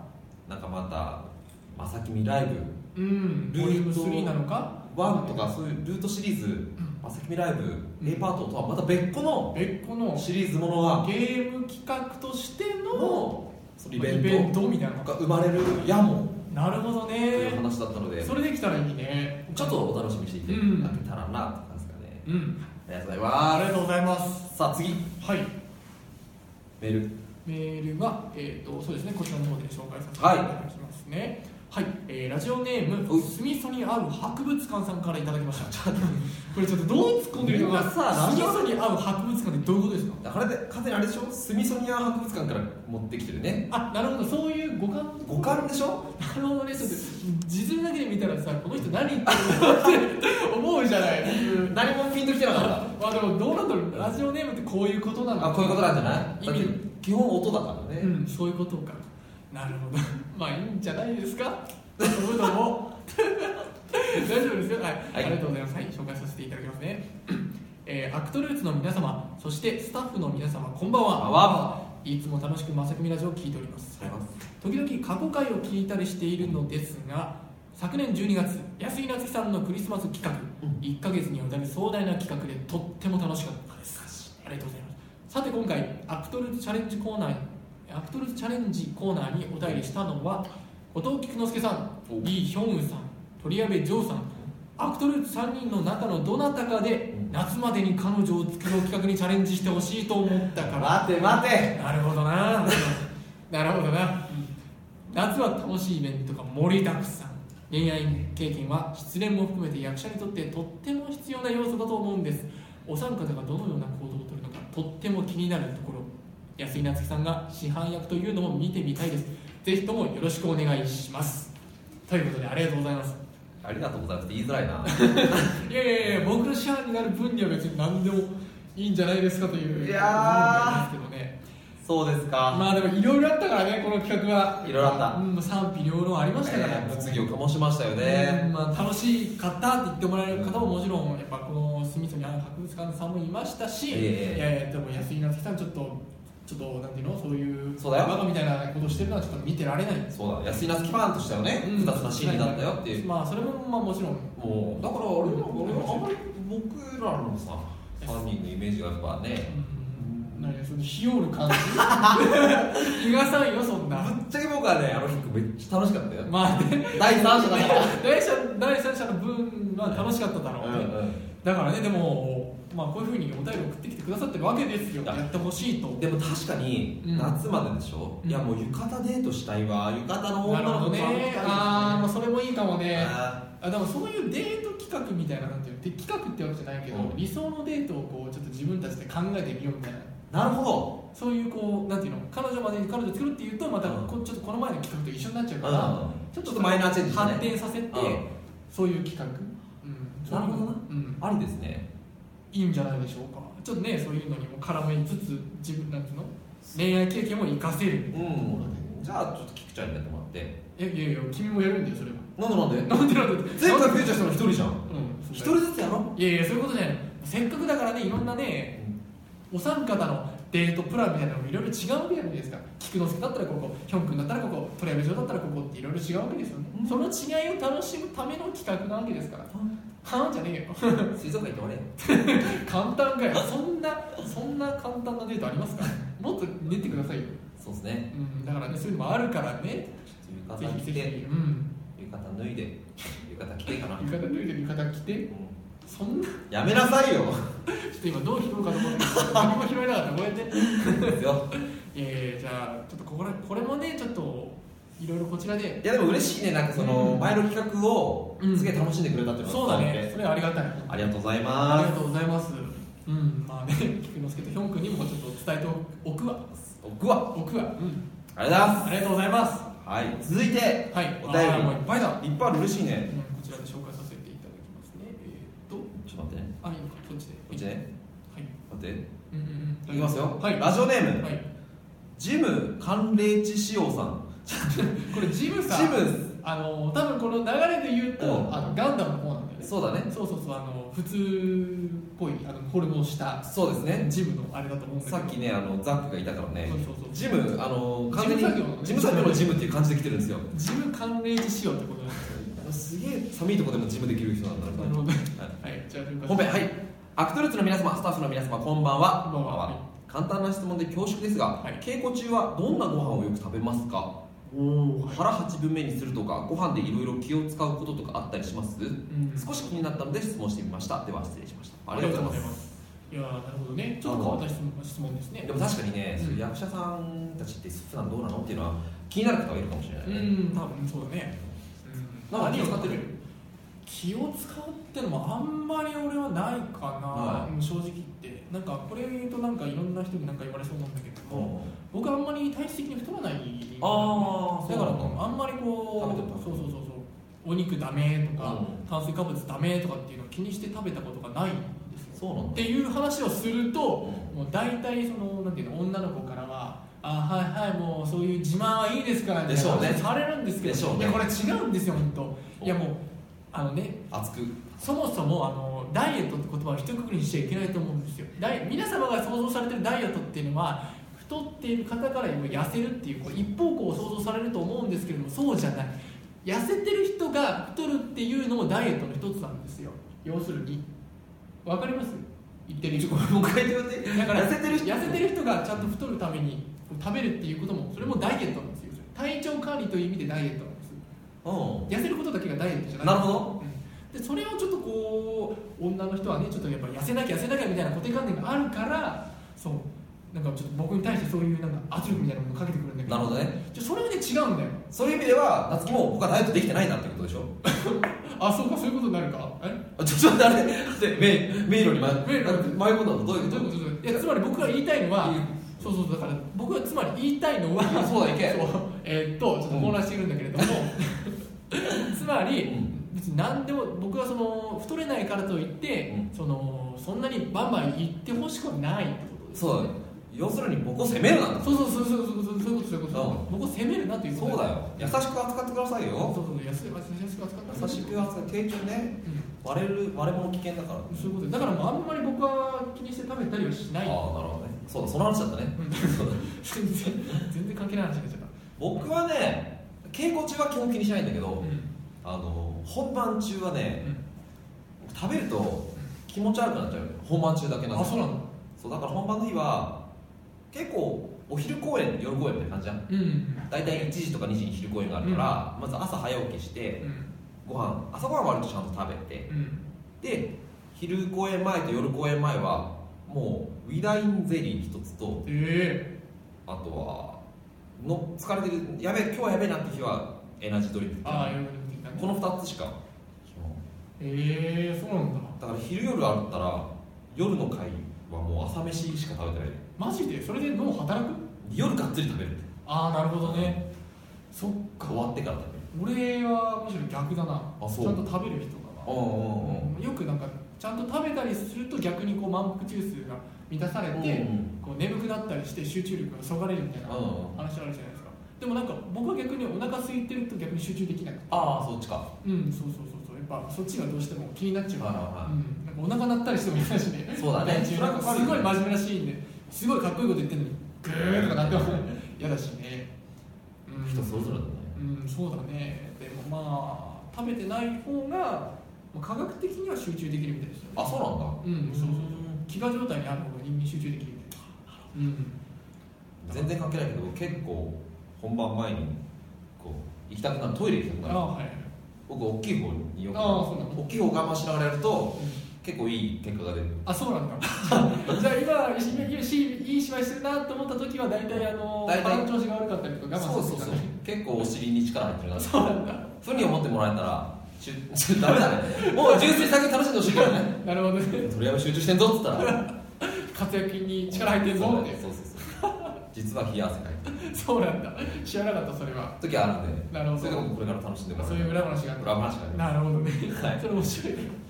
[SPEAKER 2] なんかまた「まさきみライブ
[SPEAKER 1] えうんボリューム3なのか
[SPEAKER 2] 1」とかそういうルートシリーズ「まさきみライブ A パート」とはまた別個の
[SPEAKER 1] 別個の
[SPEAKER 2] シリーズものが
[SPEAKER 1] ゲーム企画としての
[SPEAKER 2] のその
[SPEAKER 1] イ
[SPEAKER 2] イ
[SPEAKER 1] ベ
[SPEAKER 2] ベ
[SPEAKER 1] ント
[SPEAKER 2] ント
[SPEAKER 1] みたいなの
[SPEAKER 2] が生まれるやも
[SPEAKER 1] なるほど
[SPEAKER 2] という
[SPEAKER 1] ね
[SPEAKER 2] 話だったので
[SPEAKER 1] それできたらいいね
[SPEAKER 2] ちょっとお楽しみにしていただけたらなって感じですかね
[SPEAKER 1] うん
[SPEAKER 2] ありがとうござい
[SPEAKER 1] あり
[SPEAKER 2] ま
[SPEAKER 1] がとうございます
[SPEAKER 2] すさあ次
[SPEAKER 1] はい
[SPEAKER 2] メール
[SPEAKER 1] メールは、えー、とそうですねこちらの方で紹介させていただきますねはい、えーラジオネー
[SPEAKER 2] う
[SPEAKER 1] ム
[SPEAKER 2] い
[SPEAKER 1] すみそに合う博物館さんからいただきま
[SPEAKER 2] [laughs]
[SPEAKER 1] したこれちょっとどう突っ込んでるの
[SPEAKER 2] みん
[SPEAKER 1] か
[SPEAKER 2] なさラ
[SPEAKER 1] すみ
[SPEAKER 2] ジオ
[SPEAKER 1] そに合う博物館ってどういうことですか
[SPEAKER 2] あれで完全にあれでしょスミソニアン博物館から持ってきてるね
[SPEAKER 1] あなるほどそういう五感
[SPEAKER 2] 五感でしょ
[SPEAKER 1] なるほどねちょっと字面だけで見たらさこの人何言ってるのって思うじゃない
[SPEAKER 2] 何もピンときてなかっ
[SPEAKER 1] まあでもどうなんだろうラジオネームってこういうことなの
[SPEAKER 2] た
[SPEAKER 1] か
[SPEAKER 2] あこういうことなんじゃない
[SPEAKER 1] 意味
[SPEAKER 2] だって基本音だからね、
[SPEAKER 1] うんそういうことかなるほどまあいいんじゃないですかそういうの [laughs] も大丈夫ですよはい、
[SPEAKER 2] はい
[SPEAKER 1] ありがとうございます、はい、紹介させていただきますね、えーアクトルーツの皆様そしてスタッフの皆様こんばん
[SPEAKER 2] あ
[SPEAKER 1] は
[SPEAKER 2] わ
[SPEAKER 1] いつも楽しくまさきみラジオを聞いております、
[SPEAKER 2] あ
[SPEAKER 1] 時々過去回を聞いたりしているのですが昨年12月安井夏樹さんのクリスマス企画、
[SPEAKER 2] うん
[SPEAKER 1] 1ヶ月にわたる壮大な企画でとっても楽しかったですありがとうございますさて今回アクトルズチャレンジコーナーアクトルズチャレンジコーナーにお便りしたのは後藤菊之助さ
[SPEAKER 2] お
[SPEAKER 1] んリ・ヒョンウンさん鳥矢部ジョーさんアクトルーツ3人の中のどなたかで
[SPEAKER 2] うん
[SPEAKER 1] 夏までに彼女を作ろう企画にチャレンジしてほしいと思ったから
[SPEAKER 2] 待て待て
[SPEAKER 1] なるほどな [laughs] なるほどな夏は楽しいイベントが盛りだくさん恋愛経験は失恋も含めて役者にとってとっても必要な要素だと思うんですお三方がどのような行動をとるのかとっても気になるところ安井夏樹さんが市販役というのも見てみたいですぜひともよろしくお願いしますということでありがとうございます
[SPEAKER 2] ありがとうございますって言いづらいない
[SPEAKER 1] やいやいや僕の市販になる分には別に何でもいいんじゃないですかという
[SPEAKER 2] いや
[SPEAKER 1] ですけどね
[SPEAKER 2] そうですか
[SPEAKER 1] まあでもいろいろあったからね、この企画は。
[SPEAKER 2] いろいろあった
[SPEAKER 1] うん、賛否両論ありましたから、
[SPEAKER 2] えー物議を醸しましたよ
[SPEAKER 1] ね
[SPEAKER 2] ね
[SPEAKER 1] まあ、楽しかったって言ってもらえる方ももちろん、やっぱこの隅々にある博物館さんもいましたし、
[SPEAKER 2] ええ
[SPEAKER 1] いやいや、でも安井夏樹さん、ちょっと、ちょっと、なんていうの、そういう、
[SPEAKER 2] そうだよ
[SPEAKER 1] バカみたいなことしてるのは、ちょっと見てられない。
[SPEAKER 2] そうだ安井夏樹ファンとしてはね
[SPEAKER 1] うん
[SPEAKER 2] 複雑な心理だったよっていう
[SPEAKER 1] まあ、それも、まあ、もちろん、
[SPEAKER 2] もうだから俺も俺もあんまり僕らのさ3人のイメージがやっぱね
[SPEAKER 1] うん、何その、ひよる感
[SPEAKER 2] [laughs]
[SPEAKER 1] じ。日がさんよ、そん
[SPEAKER 2] ぶ
[SPEAKER 1] な。
[SPEAKER 2] っちゃけ僕はねあの日めっちゃ楽しかったよ
[SPEAKER 1] まあね、
[SPEAKER 2] 第三者だから
[SPEAKER 1] 第三第三者の分は楽しかっただろうね。
[SPEAKER 2] う
[SPEAKER 1] だからねでも、まあ、こういうふうにお便り送ってきてくださってるわけですよ
[SPEAKER 2] だ
[SPEAKER 1] やってほしいと
[SPEAKER 2] んでも確かに
[SPEAKER 1] うん
[SPEAKER 2] 夏まででしょ、
[SPEAKER 1] うん
[SPEAKER 2] いやもう浴衣デートしたいわ浴衣の
[SPEAKER 1] な
[SPEAKER 2] 女
[SPEAKER 1] る
[SPEAKER 2] の
[SPEAKER 1] ほ
[SPEAKER 2] 子
[SPEAKER 1] ど
[SPEAKER 2] と会いたいです
[SPEAKER 1] ね
[SPEAKER 2] ね
[SPEAKER 1] あー、まあそれもいいかもね
[SPEAKER 2] あ
[SPEAKER 1] あでもそういうデート企画みたいななんていうので企画ってわけじゃないけど、
[SPEAKER 2] うん
[SPEAKER 1] 理想のデートをこうちょっと自分たちで考えてみようみたいな
[SPEAKER 2] ーなるほど
[SPEAKER 1] そういうこうなんていうの彼女までに彼女作るっていうとまた
[SPEAKER 2] うん
[SPEAKER 1] こちょっとこの前の企画と一緒になっちゃうから、
[SPEAKER 2] うんちょっとマイナーチェンジね
[SPEAKER 1] 発展させて、
[SPEAKER 2] うん
[SPEAKER 1] そういう企画、うん、
[SPEAKER 2] なるほどな
[SPEAKER 1] うん、
[SPEAKER 2] ありですね
[SPEAKER 1] いいんじゃないでしょうかちょっとねそういうのにも絡めつつ自分なんていうの恋愛経験も活かせる
[SPEAKER 2] うんじゃあちょっと菊ちゃんにやってもらって
[SPEAKER 1] えいやいや君もやるんだよそれは
[SPEAKER 2] なんでなんで
[SPEAKER 1] なんでなんで
[SPEAKER 2] 前
[SPEAKER 1] なん
[SPEAKER 2] 回フューチャーしたの一人じゃん
[SPEAKER 1] でうんそう
[SPEAKER 2] 一
[SPEAKER 1] だよ
[SPEAKER 2] 人ずつやろ
[SPEAKER 1] いやいやそういうことじゃないせっかくだからねいろんなねお三方のデートプランみたいなのもいろいろ違うわけじゃないですか菊之助だったらここヒョン君だったらここトレビジョだったらここっていろいろ違うわけですよね、
[SPEAKER 2] うん
[SPEAKER 1] その違いを楽しむための企画なわけですからはんじゃねえよ
[SPEAKER 2] 水族館行ってもらえよ
[SPEAKER 1] 簡単かよそんなそんな簡単なデートありますかもっと練ってくださいよ、
[SPEAKER 2] そうですね
[SPEAKER 1] うん、だからねそういうのもあるからね
[SPEAKER 2] 浴
[SPEAKER 1] ぜ
[SPEAKER 2] 衣
[SPEAKER 1] ひぜ
[SPEAKER 2] 着
[SPEAKER 1] ひ
[SPEAKER 2] て
[SPEAKER 1] うん
[SPEAKER 2] 浴衣脱いで浴衣着ていいかな、う
[SPEAKER 1] 浴
[SPEAKER 2] ん
[SPEAKER 1] 衣脱いでる浴衣着てそんなちょ
[SPEAKER 2] やめなさい [laughs] よ
[SPEAKER 1] っと今どう拾うかと思って何も拾えなかったこうやって
[SPEAKER 2] ですよ
[SPEAKER 1] いやいやじゃあちょっとこれこれもねちょっといろいろこちらで
[SPEAKER 2] いやでも嬉しいねなんかその
[SPEAKER 1] うん
[SPEAKER 2] 前の企画を
[SPEAKER 1] うん
[SPEAKER 2] すげえ楽しんでくれたっていうの
[SPEAKER 1] そう
[SPEAKER 2] が
[SPEAKER 1] だ
[SPEAKER 2] 伝わって
[SPEAKER 1] ねそれはありがたい
[SPEAKER 2] ありがとうござい
[SPEAKER 1] ありが
[SPEAKER 2] ま
[SPEAKER 1] とうございますうんまあね菊之助とヒョン君にもちょっと伝えておくわ
[SPEAKER 2] す僕は
[SPEAKER 1] おくわうん
[SPEAKER 2] ありがとうございま
[SPEAKER 1] ありがとうございます
[SPEAKER 2] すはい続いて
[SPEAKER 1] はい
[SPEAKER 2] お便り
[SPEAKER 1] あーもういっぱいだ
[SPEAKER 2] いっぱいある嬉しい
[SPEAKER 1] うん
[SPEAKER 2] ね
[SPEAKER 1] こちらで紹介させていただきますねえー、っと
[SPEAKER 2] ちょっと待ってね
[SPEAKER 1] あいいのかそっちで
[SPEAKER 2] こっちね
[SPEAKER 1] はい
[SPEAKER 2] 待って
[SPEAKER 1] うんうんうん
[SPEAKER 2] いきますよ、
[SPEAKER 1] はい
[SPEAKER 2] ラジオネーム、
[SPEAKER 1] はい
[SPEAKER 2] ジム寒冷地仕様さん
[SPEAKER 1] これジムさ
[SPEAKER 2] ジム
[SPEAKER 1] あの多分この流れで言うと、
[SPEAKER 2] うん
[SPEAKER 1] あのガンダムの方なんだよね
[SPEAKER 2] そうだね
[SPEAKER 1] そうそうそうあの普通っぽいあのフォルムをした
[SPEAKER 2] そうですね
[SPEAKER 1] ジムのあれだと思うんだけど
[SPEAKER 2] さっきねあのザックがいたからね
[SPEAKER 1] そうそうそう
[SPEAKER 2] ジムあの完全
[SPEAKER 1] 事
[SPEAKER 2] に
[SPEAKER 1] 務作業のね
[SPEAKER 2] 事務作業のジムっていう感じで来てるんですよ
[SPEAKER 1] ジム関連仕様ってことなんです
[SPEAKER 2] すげえ寒いとこでもジムできる人なんだろう
[SPEAKER 1] な
[SPEAKER 2] な
[SPEAKER 1] るほど
[SPEAKER 2] は
[SPEAKER 1] はいじゃあということ
[SPEAKER 2] い本
[SPEAKER 1] で
[SPEAKER 2] 編はいアクトルーツの皆様スタッフの皆様こんばんは
[SPEAKER 1] こんばんは
[SPEAKER 2] 簡単な質問で恐縮ですが、
[SPEAKER 1] はい
[SPEAKER 2] 稽古中はどんなご飯をよく食べますか
[SPEAKER 1] おおはい
[SPEAKER 2] 腹8分目にするとかご飯でいろいろ気を使うこととかあったりします
[SPEAKER 1] うん
[SPEAKER 2] 少し気になったので質問してみましたでは失礼しましたありがとうございます
[SPEAKER 1] すいやーなるほどねちょっと変わった質問質問ですね
[SPEAKER 2] でも確かにね、
[SPEAKER 1] うん
[SPEAKER 2] そういう役者さんたちって普段どうなのっていうのは気になる方はいるかもしれないうね、
[SPEAKER 1] ん多分そうだねうん
[SPEAKER 2] なんか気を使ってる
[SPEAKER 1] 気を使うってのもあんまり俺はないかな、
[SPEAKER 2] はい
[SPEAKER 1] うん正直言ってなんかこれ言うとなんかいろんな人になんか言われそうなんだけども、僕あんまり体質的に太らない
[SPEAKER 2] あー
[SPEAKER 1] だから
[SPEAKER 2] そうなんだ
[SPEAKER 1] あんまりこ
[SPEAKER 2] 食べて
[SPEAKER 1] う
[SPEAKER 2] た
[SPEAKER 1] そうそうそうそうお肉ダメとか、
[SPEAKER 2] うん
[SPEAKER 1] 炭水化物ダメとかっていうのを気にして食べたことがないんですよ
[SPEAKER 2] そうなん
[SPEAKER 1] っ
[SPEAKER 2] だ
[SPEAKER 1] ていう話をすると
[SPEAKER 2] う
[SPEAKER 1] もう大体そのなんていうの女の子からは「あはいはいもうそういう自慢はいいですから」
[SPEAKER 2] でしょうね
[SPEAKER 1] みたいな話されるんですけど
[SPEAKER 2] でしょうね
[SPEAKER 1] いやこれ違うんですよ本当いやもうあのね
[SPEAKER 2] 熱く
[SPEAKER 1] そもそもあのダイエットって言葉を一括りにしちゃいけないと思うんですよダイ皆様が想像されてるダイエットっていうのは太っている方から今痩せるっていうこう一方向を想像されると思うんですけれどもそうじゃない痩せてる人が太るっていうのもダイエットの一つなんですよ要するにわかります言ってる意味
[SPEAKER 2] もう一回言って
[SPEAKER 1] だから
[SPEAKER 2] 痩せてる人
[SPEAKER 1] 痩せてる人がちゃんと太るために食べるっていうこともそれもダイエットなんですよ体調管理という意味でダイエットなんです
[SPEAKER 2] うん
[SPEAKER 1] 痩せることだけがダイエットじゃない
[SPEAKER 2] なるほど
[SPEAKER 1] うんでそれをちょっとこう女の人はねちょっとやっぱ痩せなきゃ痩せなきゃみたいな固定観念があるからそうなんかちょっと僕に対してそういうなんか圧力みたいなものをかけてくるんだけど
[SPEAKER 2] なるほどね
[SPEAKER 1] じゃそれはね違うんだよ
[SPEAKER 2] そういう意味では夏希も僕はダイエットできてないなってことでしょ
[SPEAKER 1] あそうかそういうことになるかえ
[SPEAKER 2] あちょちょっとあれで迷迷路
[SPEAKER 1] 迷路
[SPEAKER 2] に迷迷子だとどういう
[SPEAKER 1] どういうこと
[SPEAKER 2] と
[SPEAKER 1] どういうこといやつまり僕が言いたいのはそうそうそうだから僕はつまり言いたいのは
[SPEAKER 2] あそうだいけ
[SPEAKER 1] そうえーっとちょっと混乱しているんだけれども、つまり
[SPEAKER 2] うん
[SPEAKER 1] 別に何でも僕はその太れないからといって、
[SPEAKER 2] う
[SPEAKER 1] そのそんなにバンバン言ってほしくはないってことです
[SPEAKER 2] そうだね要するに僕を責めるな
[SPEAKER 1] そうそうそうそうそうそうそういうことそういうこと僕を責めるなという
[SPEAKER 2] そ
[SPEAKER 1] こ
[SPEAKER 2] う
[SPEAKER 1] と
[SPEAKER 2] だよ優しく扱ってください
[SPEAKER 1] そう
[SPEAKER 2] よ
[SPEAKER 1] そうそう安い安い安く扱って
[SPEAKER 2] 優しく扱って定期ね
[SPEAKER 1] う
[SPEAKER 2] 割れる割れ物危険だから
[SPEAKER 1] ん、そういうことだからもうあんまり僕は気にして食べたりはし
[SPEAKER 2] あ
[SPEAKER 1] な
[SPEAKER 2] あ
[SPEAKER 1] い
[SPEAKER 2] ーなるほどねそうだその話だったね
[SPEAKER 1] うん全然全然関係ない話になっちゃっ
[SPEAKER 2] 僕はね稽古中は基本気にしないんだけ
[SPEAKER 1] た、
[SPEAKER 2] どあの本番中はね食べると気持ち悪くなっちゃう本番中だけなん
[SPEAKER 1] あ
[SPEAKER 2] です
[SPEAKER 1] そうなの
[SPEAKER 2] そうだから本番の日は結構お昼公演夜公演みたいな感じじゃん
[SPEAKER 1] うん
[SPEAKER 2] 大体1時とか2時に昼公演があるから、まず朝早起きしてご飯朝ごはんは割とちゃんと食べて
[SPEAKER 1] うん
[SPEAKER 2] で昼公演前と夜公演前はもうウィダインゼリー1つと
[SPEAKER 1] え
[SPEAKER 2] あとはの疲れてるやべえ今日はやべえなって日はエナジードリン
[SPEAKER 1] え
[SPEAKER 2] ク
[SPEAKER 1] ああいろいろ見てきたね
[SPEAKER 2] この2つしか
[SPEAKER 1] ええそうなんだ
[SPEAKER 2] だから昼夜あったら夜の会はもう朝飯しか食べてない
[SPEAKER 1] マジでそれで脳働く
[SPEAKER 2] 夜がっつり食べる
[SPEAKER 1] ああなるほどねそっか
[SPEAKER 2] 終わってから食べる
[SPEAKER 1] 俺はむしろ逆だな
[SPEAKER 2] あそう
[SPEAKER 1] ちゃんと食べる人だなよくなんかちゃんと食べたりすると逆にこう満腹中枢が満たされて、こう眠くなったりして集中力がそがれるみたいな話
[SPEAKER 2] うん
[SPEAKER 1] あるじゃないですかでもなんか僕は逆にお腹空いてると逆に集中できなくて
[SPEAKER 2] ああそっちか
[SPEAKER 1] うんそうそうそうそうやっぱそっちがどうしても気になっちゃうから、
[SPEAKER 2] はいはいはい
[SPEAKER 1] うん、なんかお腹鳴ったりしても嫌だしね
[SPEAKER 2] そうだね
[SPEAKER 1] 自分なんかすごい真面目なシーンですごいかっこいいこと言ってるのにグーとかなっても嫌だしね、うん、
[SPEAKER 2] 人それぞれだね
[SPEAKER 1] うんそうだねでもまあ食べてない方がまあ科学的には集中できるみたいですよね
[SPEAKER 2] あそうなん
[SPEAKER 1] うん
[SPEAKER 2] だ
[SPEAKER 1] そうそうそう飢餓状態にある方が人間集中できるみたいなうん
[SPEAKER 2] 全然関係ないけど結構本番前にこう行きたくなるトイレ行きたく
[SPEAKER 1] あ
[SPEAKER 2] なる
[SPEAKER 1] はいはい
[SPEAKER 2] 僕大きい方によく
[SPEAKER 1] あーそうなの
[SPEAKER 2] 大きい方我慢しながらやると結構いい結果が出る
[SPEAKER 1] あそうなんだ [laughs] じゃあ今しいしいい芝居してるなと思った時は大体あの
[SPEAKER 2] 大体
[SPEAKER 1] 体の調子が悪かったりとか我慢
[SPEAKER 2] そう
[SPEAKER 1] する
[SPEAKER 2] そう
[SPEAKER 1] と
[SPEAKER 2] そ
[SPEAKER 1] か
[SPEAKER 2] う
[SPEAKER 1] ね
[SPEAKER 2] 結構お尻に力入ってるなって
[SPEAKER 1] そうなんだ
[SPEAKER 2] ふうに思ってもらえたらちゅちゅダメだねもう純粋に作業楽しんでほしいからね
[SPEAKER 1] なるほどね
[SPEAKER 2] 鳥山集中してんぞっつったら
[SPEAKER 1] 活躍に力入ってるぞって
[SPEAKER 2] そうそうそう実は冷や汗かいて
[SPEAKER 1] [laughs]
[SPEAKER 2] る
[SPEAKER 1] そうなんだ知らなかったそれは
[SPEAKER 2] 時あるんで
[SPEAKER 1] なるほど
[SPEAKER 2] それでもこれから楽しんでもら
[SPEAKER 1] そういう裏話があった
[SPEAKER 2] 裏話がありま
[SPEAKER 1] なるほどね、
[SPEAKER 2] はい
[SPEAKER 1] それ面白い
[SPEAKER 2] す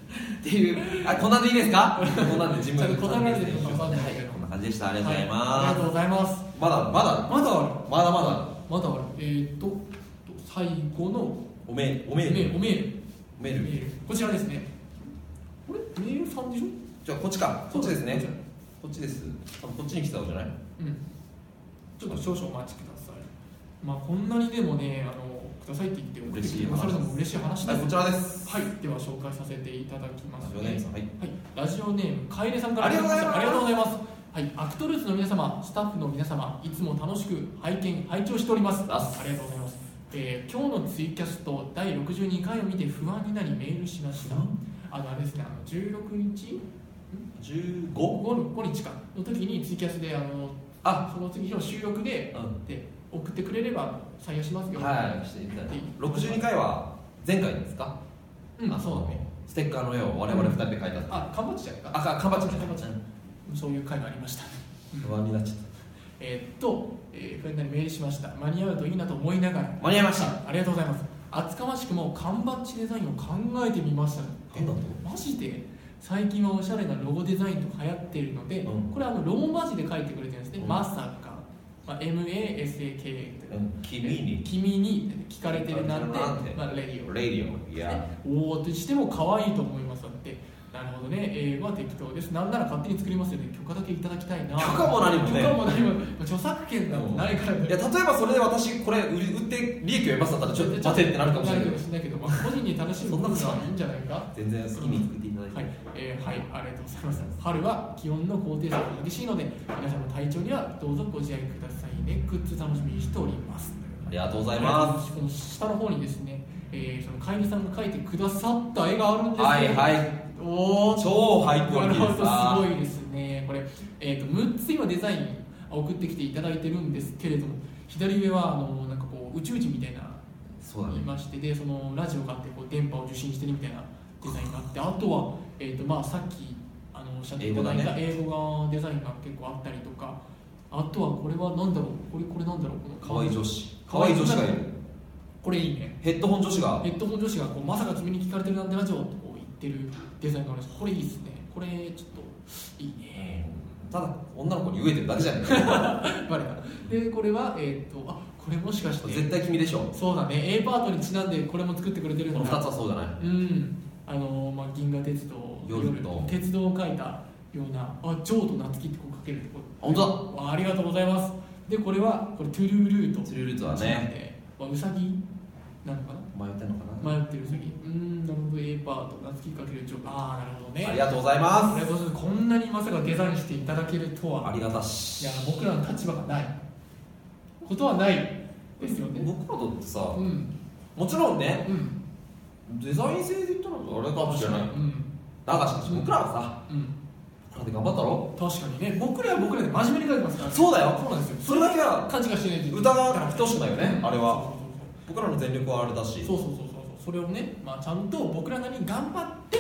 [SPEAKER 2] っていうあこんなんでいいですかこんなんで自分
[SPEAKER 1] ちょっとこだわりでいいのか分かんないけど
[SPEAKER 2] こんな感じでしたありがとうござい
[SPEAKER 1] はあり
[SPEAKER 2] ま
[SPEAKER 1] がとうございます
[SPEAKER 2] すまだまだ
[SPEAKER 1] まだある
[SPEAKER 2] まだまだ
[SPEAKER 1] まだあるえー、っと最後の
[SPEAKER 2] おめお
[SPEAKER 1] お
[SPEAKER 2] めえ
[SPEAKER 1] おメール
[SPEAKER 2] おめえる
[SPEAKER 1] メールこちらですねこれメールさんでしょ
[SPEAKER 2] じゃあこっちかこっちですね
[SPEAKER 1] そう
[SPEAKER 2] こっちです多分こっちに来た方じゃない
[SPEAKER 1] うんちょっと少々お待ちくださいまあこんなにでもねあのくださいって言って
[SPEAKER 2] 嬉しい話
[SPEAKER 1] それでも嬉しい話
[SPEAKER 2] は
[SPEAKER 1] で
[SPEAKER 2] い
[SPEAKER 1] す
[SPEAKER 2] こちらです
[SPEAKER 1] はいでは紹介させていただきます
[SPEAKER 2] ラジオネームさんはい
[SPEAKER 1] はい、ラジオネームかえれさんから
[SPEAKER 2] ありがとうございます
[SPEAKER 1] ありがとうございますはい、アクトルーツの皆様、スタッフの皆様、いつも楽しく拝見、拝聴しております。
[SPEAKER 2] あ
[SPEAKER 1] ありがとうございます。えー今日のツイキャスト第62回を見て不安になりメールしました。あのあれですね、あの16日 5,
[SPEAKER 2] 15
[SPEAKER 1] 5日かの時にツイキャスであの
[SPEAKER 2] あ
[SPEAKER 1] その次の収録で
[SPEAKER 2] うん
[SPEAKER 1] で送ってくれれば採用しますよ。
[SPEAKER 2] はいしていただいて62回は前回ですか
[SPEAKER 1] うん、そうだね。
[SPEAKER 2] ステッカーの絵を我々2人で描いた
[SPEAKER 1] あ、カンバチじゃないか。
[SPEAKER 2] あかかばちゃん
[SPEAKER 1] 缶バッジそういう回がありました。
[SPEAKER 2] 不安になっちゃっ
[SPEAKER 1] えーっと、えー、フレンドにメールしました間に合うといいなと思いながら
[SPEAKER 2] た間に合いました
[SPEAKER 1] ありがとうございます厚かましくも缶バッジデザインを考えてみました
[SPEAKER 2] なんだと
[SPEAKER 1] マジで最近はおしゃれなロゴデザインとか流行っているので、
[SPEAKER 2] うん
[SPEAKER 1] これはあのローマ字で書いてくれてるんですね、
[SPEAKER 2] うん
[SPEAKER 1] まさか、まあ、MASAKA って
[SPEAKER 2] 君に
[SPEAKER 1] 君に聞かれてるなんて
[SPEAKER 2] 聞かれてるなんて
[SPEAKER 1] まあ、レディオ
[SPEAKER 2] レディオいや
[SPEAKER 1] おおとしても可愛いと思いますだってなるほどね英語は適当ですなんなら勝手に作りますよね許可だけいただきたいな
[SPEAKER 2] 許可も何もね
[SPEAKER 1] 許可も何も著作権なんてないからね
[SPEAKER 2] いや例えばそれで私これ売り売って利益を得ますだったらちょっと待てってなるかもしれないけど
[SPEAKER 1] けど、まあ、個人に楽しむ分にはいいんじゃないか
[SPEAKER 2] 全然好きに作っていただいて、
[SPEAKER 1] はい、えーはい、ありがとうございます。春は気温の高低差が激しいので、皆さんの体調にはどうぞご自愛くださいね。グッズ楽しみにしております。。
[SPEAKER 2] ありがとうございます
[SPEAKER 1] この下の方にですね、えー、その会員さんが描いてくださった絵があるんですす。
[SPEAKER 2] はいはいい
[SPEAKER 1] おー、
[SPEAKER 2] 超ハイクオ
[SPEAKER 1] な
[SPEAKER 2] リ
[SPEAKER 1] る
[SPEAKER 2] ティ
[SPEAKER 1] ほど、
[SPEAKER 2] です
[SPEAKER 1] す
[SPEAKER 2] な
[SPEAKER 1] ごいですね。これ、えー、と6つ今デザイン送ってきていただいてるんですけれども、左上はあのなんかこう宇宙人みたいな
[SPEAKER 2] そうだ
[SPEAKER 1] い
[SPEAKER 2] ね
[SPEAKER 1] ましてでそのラジオがあってこう電波を受信してるみたいなデザインがあってあとは、えーとまあ、さっきあのおっしゃっていただいた英語がデザインが結構あったりとかあとはこれは何だろうこれこれなんだろうこの
[SPEAKER 2] 可愛い女子可愛い女子がいる
[SPEAKER 1] これいいね
[SPEAKER 2] ヘッドホン女子が
[SPEAKER 1] ヘッドホン女子がこうまさか君に聞かれてるなんてラジオとこう言ってるデザインがあるんですこれいいですねこれちょっといいね
[SPEAKER 2] ただ女の子に飢えてるだけじゃ [laughs] ない
[SPEAKER 1] バレたでこれはえっ、とあこれもしかして
[SPEAKER 2] 絶対君でしょ
[SPEAKER 1] そうだね A パートにちなんでこれも作ってくれてる
[SPEAKER 2] こ
[SPEAKER 1] の
[SPEAKER 2] の
[SPEAKER 1] か
[SPEAKER 2] 2つはそうじゃない
[SPEAKER 1] うん、あのまあ、銀河鉄道
[SPEAKER 2] 夜と
[SPEAKER 1] 鉄道を描いたようなあジョーと夏希ってこうかけるとこ
[SPEAKER 2] 本当
[SPEAKER 1] あありがとうございますでこれはこれトゥルールート
[SPEAKER 2] トゥルールートはね
[SPEAKER 1] なんで、まあ、ウサギなのか
[SPEAKER 2] 迷ってんのかな
[SPEAKER 1] な迷ってるウサギうんなるほど A パート夏希かけるジョーああなるほどね
[SPEAKER 2] ありがとうござい
[SPEAKER 1] あり
[SPEAKER 2] ま
[SPEAKER 1] がとうございますこんなにまさかデザインしていただけると
[SPEAKER 2] すあ
[SPEAKER 1] は
[SPEAKER 2] りがた
[SPEAKER 1] い
[SPEAKER 2] し
[SPEAKER 1] や僕らの立場がないことはないですよね
[SPEAKER 2] 僕らだってさ
[SPEAKER 1] うん
[SPEAKER 2] もちろんね
[SPEAKER 1] うん
[SPEAKER 2] デザイン性で言ったらあれかもしれない
[SPEAKER 1] うん
[SPEAKER 2] だがしかし僕らはさ
[SPEAKER 1] うん
[SPEAKER 2] 僕らで頑張ったろ
[SPEAKER 1] 確かにね僕らは僕らで真面目に書いてますから
[SPEAKER 2] そうだよ
[SPEAKER 1] そうなんですよ
[SPEAKER 2] それだけは
[SPEAKER 1] 勘違いしてないと
[SPEAKER 2] 歌が等しくないよねあれは
[SPEAKER 1] は
[SPEAKER 2] 僕らの全力はあれだし
[SPEAKER 1] そうそうそうそうそうそうそうそれをね、まあ、ちゃんと僕らなりに頑張って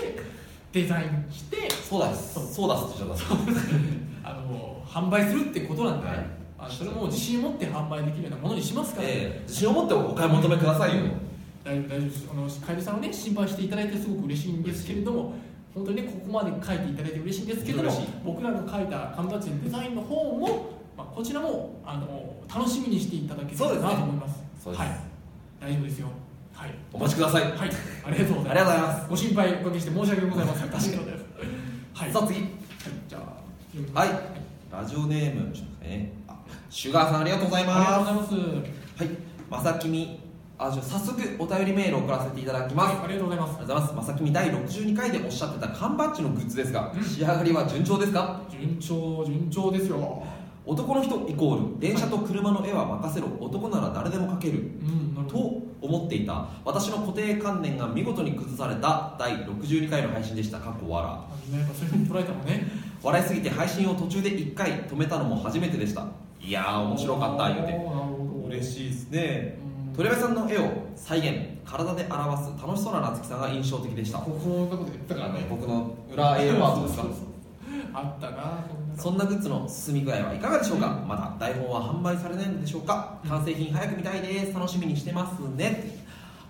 [SPEAKER 1] デザインして
[SPEAKER 2] そうだすそうだすって言っちゃっ
[SPEAKER 1] あの販売するってことなんで、
[SPEAKER 2] はい
[SPEAKER 1] あのそれも自信を持って販売できるようなものにします
[SPEAKER 2] た
[SPEAKER 1] から、
[SPEAKER 2] ええ自信を持ってお買い求めくださいよ
[SPEAKER 1] 大丈夫大丈夫ですあの楓さんをね心配していただいてすごく嬉しいんですけれども本当にねここまで書いていただいて嬉しいんですけれども
[SPEAKER 2] 嬉しい
[SPEAKER 1] 僕らの書いたカムタッチのデザインの方も、まあ、こちらもあの楽しみにしていただければなと思います
[SPEAKER 2] そうです
[SPEAKER 1] は
[SPEAKER 2] ね
[SPEAKER 1] い大丈夫ですよはい
[SPEAKER 2] お待ちください
[SPEAKER 1] はいありがとうございます
[SPEAKER 2] ありがとうございます
[SPEAKER 1] ご心配おかけして申し訳ございません確かにはい
[SPEAKER 2] さあ次
[SPEAKER 1] じゃあ読みます
[SPEAKER 2] はいラジオネームちょっとねあシュガーさんありがとうございます
[SPEAKER 1] ありがとうございます
[SPEAKER 2] はい、まさきみ、あ、じゃあ早速お便りメールを送らせていただきます。
[SPEAKER 1] はいありがとうございます
[SPEAKER 2] ありがとうございます。まさきみ第62回でおっしゃってた缶バッジのグッズですが、仕上がりは順調ですか
[SPEAKER 1] 順調順調ですよ
[SPEAKER 2] 男の人イコール電車と車の絵は任せろ男なら誰でも描ける
[SPEAKER 1] うんなるほど
[SPEAKER 2] と思っていた私の固定観念が見事に崩された第62回の配信でした過去笑
[SPEAKER 1] あみんなやっぱそういうふうに捉えたのね
[SPEAKER 2] 笑いすぎて配信を途中で1回止めたのも初めてでしたいやー面白かった言う
[SPEAKER 1] な
[SPEAKER 2] て
[SPEAKER 1] るほど
[SPEAKER 2] しいですね
[SPEAKER 1] うん
[SPEAKER 2] 鳥山さんの絵を再現体で表す楽しそうな夏木さんが印象的でした
[SPEAKER 1] ここのこと言ったからね
[SPEAKER 2] 僕の裏絵はどうですか
[SPEAKER 1] あったなこんなの
[SPEAKER 2] そんなグッズの進み具合はいかがでしょうかまだ台本は販売されないのでしょうか完成品早く見たいです楽しみにしてますね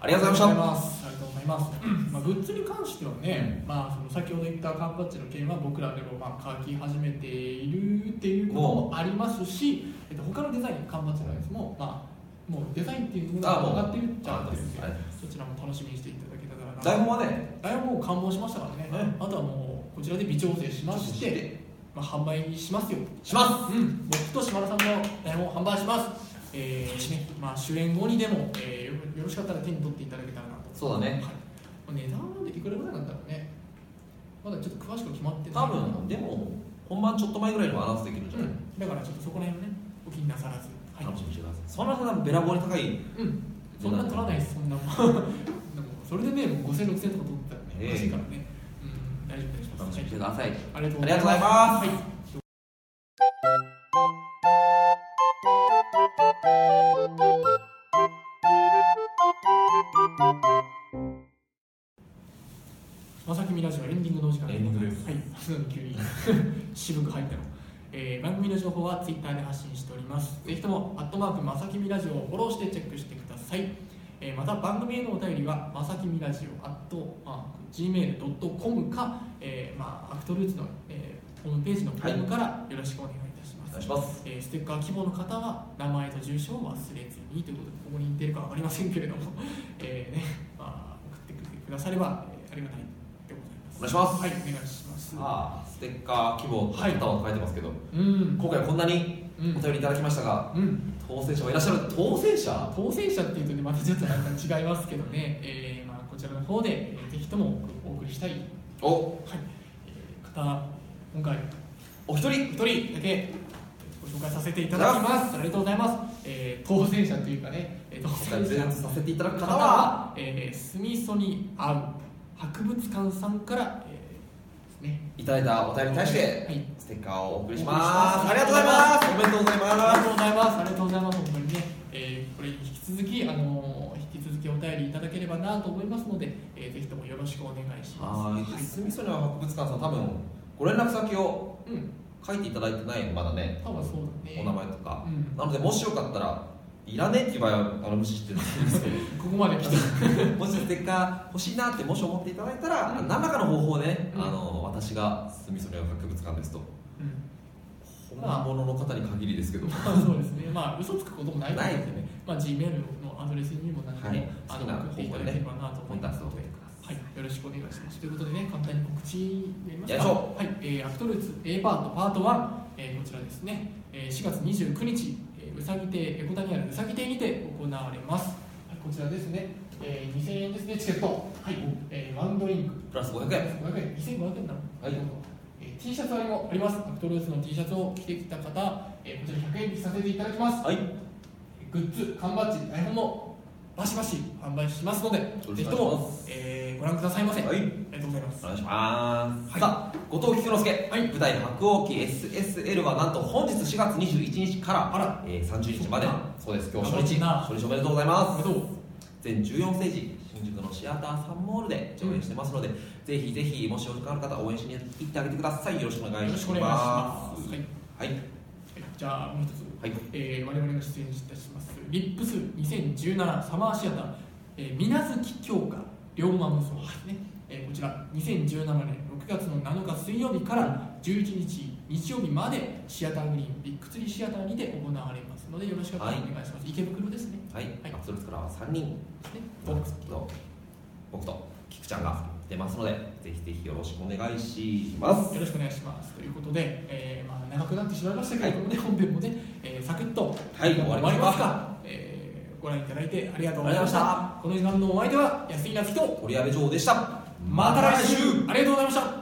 [SPEAKER 2] ありがとうございまし
[SPEAKER 1] あ
[SPEAKER 2] た
[SPEAKER 1] りがとうござい
[SPEAKER 2] [clears throat]
[SPEAKER 1] ますまあグッズに関してはね、まあその先ほど言った缶バッジの件は僕らでもまあ書き始めているっていうこともありますし、えっと他のデザイン缶バッジのやつもまあもうデザインっていうものが
[SPEAKER 2] あもう
[SPEAKER 1] 分かってるっちゃ分かってるんで
[SPEAKER 2] ありがとうございま
[SPEAKER 1] そちらも楽しみにしていただけたらな
[SPEAKER 2] 台本はね
[SPEAKER 1] だいぶもう完売しましたからね、
[SPEAKER 2] はい
[SPEAKER 1] あとはもうこちらで微調整しましてまあ、販売しますよ
[SPEAKER 2] しま
[SPEAKER 1] うん僕と島田さんの台本を販売しますえーねまあ、主演後にでも、えーよよろしかったら手に取っていただけたらなと、
[SPEAKER 2] そうだね
[SPEAKER 1] はい、値段でいくらぐらいなんだろうねまだちょっと詳しく決まってない
[SPEAKER 2] 多分でも本番ちょっと前ぐらいにもアナウンスできるんじゃ
[SPEAKER 1] う
[SPEAKER 2] ない、
[SPEAKER 1] ん、だからちょっとそこら辺をねお気になさらずはい
[SPEAKER 2] 楽しみにしてくださいそんな値段べらぼうに高い
[SPEAKER 1] うんそんな取らないですそんなもんそんなも [laughs] んそれでねもう50006000とか取ったらね
[SPEAKER 2] ええ
[SPEAKER 1] おかしいからね、うん大丈夫大丈夫
[SPEAKER 2] 楽しみにしてください
[SPEAKER 1] ありがとう
[SPEAKER 2] あ
[SPEAKER 1] ご
[SPEAKER 2] り
[SPEAKER 1] ざ
[SPEAKER 2] が
[SPEAKER 1] いま
[SPEAKER 2] とうござい
[SPEAKER 1] す。
[SPEAKER 2] ます、
[SPEAKER 1] はいまさきみラジオエンディングのお時間
[SPEAKER 2] エンディングです
[SPEAKER 1] はい、なんで急に渋く入ったの。えー番組の情報はツイッターで発信しております。ぜひとも、アットマークまさきみラジオをフォローしてチェックしてください。えーまた番組へのお便りはまさきみラジオ at gmail.com か、えーまあ、アクトルーツの、えーホームページのフォームからよろしくお願いいたします、
[SPEAKER 2] お願いします
[SPEAKER 1] えーステッカー希望の方は名前と住所を忘れずにということでここに出るか分かりませんけれども、 [laughs] えーねまあ、送ってくだされば、えーありがたいでございます
[SPEAKER 2] お願
[SPEAKER 1] はいお願いします
[SPEAKER 2] ああステッカー希望の方は書いてますけど、
[SPEAKER 1] うん
[SPEAKER 2] 今回はこんなに
[SPEAKER 1] うん
[SPEAKER 2] お便りいただきましたが、
[SPEAKER 1] うん、
[SPEAKER 2] 当選者はいらっしゃる当選者
[SPEAKER 1] 当選者っていうとねまたちょっとなんか違いますけどね、えーまあ、こちらの方で、えーぜひともお送りしたい
[SPEAKER 2] お
[SPEAKER 1] はい、えー方、今回
[SPEAKER 2] お一
[SPEAKER 1] 一
[SPEAKER 2] 人
[SPEAKER 1] 人だけご紹介させていただきます。ありがとうございます。えー当選者というかね、えー当
[SPEAKER 2] 今回
[SPEAKER 1] 選
[SPEAKER 2] 前
[SPEAKER 1] 者
[SPEAKER 2] 発させていただく
[SPEAKER 1] 方
[SPEAKER 2] 方は
[SPEAKER 1] は、えースミソニアン博物館さんから、えーですね、
[SPEAKER 2] いただいたお便りに対し
[SPEAKER 1] は
[SPEAKER 2] て
[SPEAKER 1] い、
[SPEAKER 2] ステッカーをお送りし
[SPEAKER 1] お
[SPEAKER 2] ますあ
[SPEAKER 1] 送
[SPEAKER 2] り
[SPEAKER 1] り
[SPEAKER 2] が
[SPEAKER 1] し
[SPEAKER 2] とう
[SPEAKER 1] ます
[SPEAKER 2] ございますおめでとうござい
[SPEAKER 1] ありが
[SPEAKER 2] ま
[SPEAKER 1] とうございます。ありがとうございます。本当にね、えーこれに引き続き、あのー引き続きお便りいただければなと思いますので、えーぜひともよろしくお願いし
[SPEAKER 2] す
[SPEAKER 1] ます。
[SPEAKER 2] はーいスミソニアン博物館さん多分ご連絡先を
[SPEAKER 1] い、うん、
[SPEAKER 2] 書いていただいてないのまだね
[SPEAKER 1] 多分そうだね。
[SPEAKER 2] お名前とか
[SPEAKER 1] うん
[SPEAKER 2] なのでもしよかったらいらねえっていう場合はあの無視してるんですけど
[SPEAKER 1] ここまで来た。
[SPEAKER 2] もしステッカー欲しいなってもし思っていただいたら
[SPEAKER 1] うん
[SPEAKER 2] 何らかの方法でね
[SPEAKER 1] うん
[SPEAKER 2] あの私がスミソニアン博物館ですと
[SPEAKER 1] うん
[SPEAKER 2] 本物の方に限りですけど
[SPEAKER 1] [laughs] まあそうですね、まあ嘘つくこともないと思うんで
[SPEAKER 2] ないです
[SPEAKER 1] ね、まあ G メールのアドレスにもなんかね、
[SPEAKER 2] はい
[SPEAKER 1] あ
[SPEAKER 2] 好きな
[SPEAKER 1] の送っていただければなと思いますので
[SPEAKER 2] コンタクトを取ってくだ。
[SPEAKER 1] はい、よろしくお願いします。ということでね、簡単に告知やります
[SPEAKER 2] や
[SPEAKER 1] か。
[SPEAKER 2] りましょ
[SPEAKER 1] はい、えーアクトルーツ A パートパート1、えーこちらですね、えー4月29日、えーうさぎ亭、エコタにあるうさぎ亭にて行われます。はい、こちらですね、えー2000円ですね、チケット。はい、えーワンドリンク、
[SPEAKER 2] プラス500円
[SPEAKER 1] 500円、2500円なの、
[SPEAKER 2] はい
[SPEAKER 1] えー T シャツ割りもあります。アクトルーツの T シャツを着てきた方、えーこちら100円引きさせていただきます。
[SPEAKER 2] はい
[SPEAKER 1] グッズ、缶バッジ、台本もバシバシ販売しますので、
[SPEAKER 2] ろ
[SPEAKER 1] ぜ
[SPEAKER 2] し
[SPEAKER 1] ひ
[SPEAKER 2] くお願いしま
[SPEAKER 1] と
[SPEAKER 2] す
[SPEAKER 1] も、えーご覧くださいませ。
[SPEAKER 2] はい
[SPEAKER 1] ありがとうございま
[SPEAKER 2] お
[SPEAKER 1] す。
[SPEAKER 2] 願いします、
[SPEAKER 1] はい
[SPEAKER 2] さあ後藤菊之助、
[SPEAKER 1] はい
[SPEAKER 2] 舞台「白鸚記 SSL」はなんと本日4月21日から
[SPEAKER 1] あら
[SPEAKER 2] えー30日までそうです今日
[SPEAKER 1] 頑張
[SPEAKER 2] 初
[SPEAKER 1] って
[SPEAKER 2] 日
[SPEAKER 1] んな
[SPEAKER 2] 初日おめでとうござい
[SPEAKER 1] おめ
[SPEAKER 2] ま
[SPEAKER 1] でとう。
[SPEAKER 2] す全14ステージ新宿のシアターサンモールで上演してますので、ぜひぜひもしお時間ある方応援しに行ってあげてくださいよろしくお願いし
[SPEAKER 1] よろ
[SPEAKER 2] ま
[SPEAKER 1] し
[SPEAKER 2] す
[SPEAKER 1] くお願いします。はい。
[SPEAKER 2] はい、
[SPEAKER 1] じゃあもう一つ、
[SPEAKER 2] はい
[SPEAKER 1] えー我々が出演いたしますリップス2017サマーシアター、えー、水無月京香龍馬無双ですね、えーこちら2017年6月の7日水曜日から11日日曜日までシアターグリーンビッグツリーシアターにて行われますのでよろしくお願いします、池袋ですね
[SPEAKER 2] はい
[SPEAKER 1] はい
[SPEAKER 2] アップルスからは3人
[SPEAKER 1] ですね
[SPEAKER 2] 僕と僕と菊ちゃんが出ますのでぜひぜひよろしくお願いします
[SPEAKER 1] よろしくお願いしますということで、えーまあ、長くなってしまいましたけれどもね、本編もね、えーサクッと、
[SPEAKER 2] はい終わりますか
[SPEAKER 1] か、えーご覧いただいてありがとうございまし
[SPEAKER 2] ありがとうございま
[SPEAKER 1] たこの時間のお相手は安井夏樹と
[SPEAKER 2] 堀安部城でした
[SPEAKER 1] また来週ありがとうございました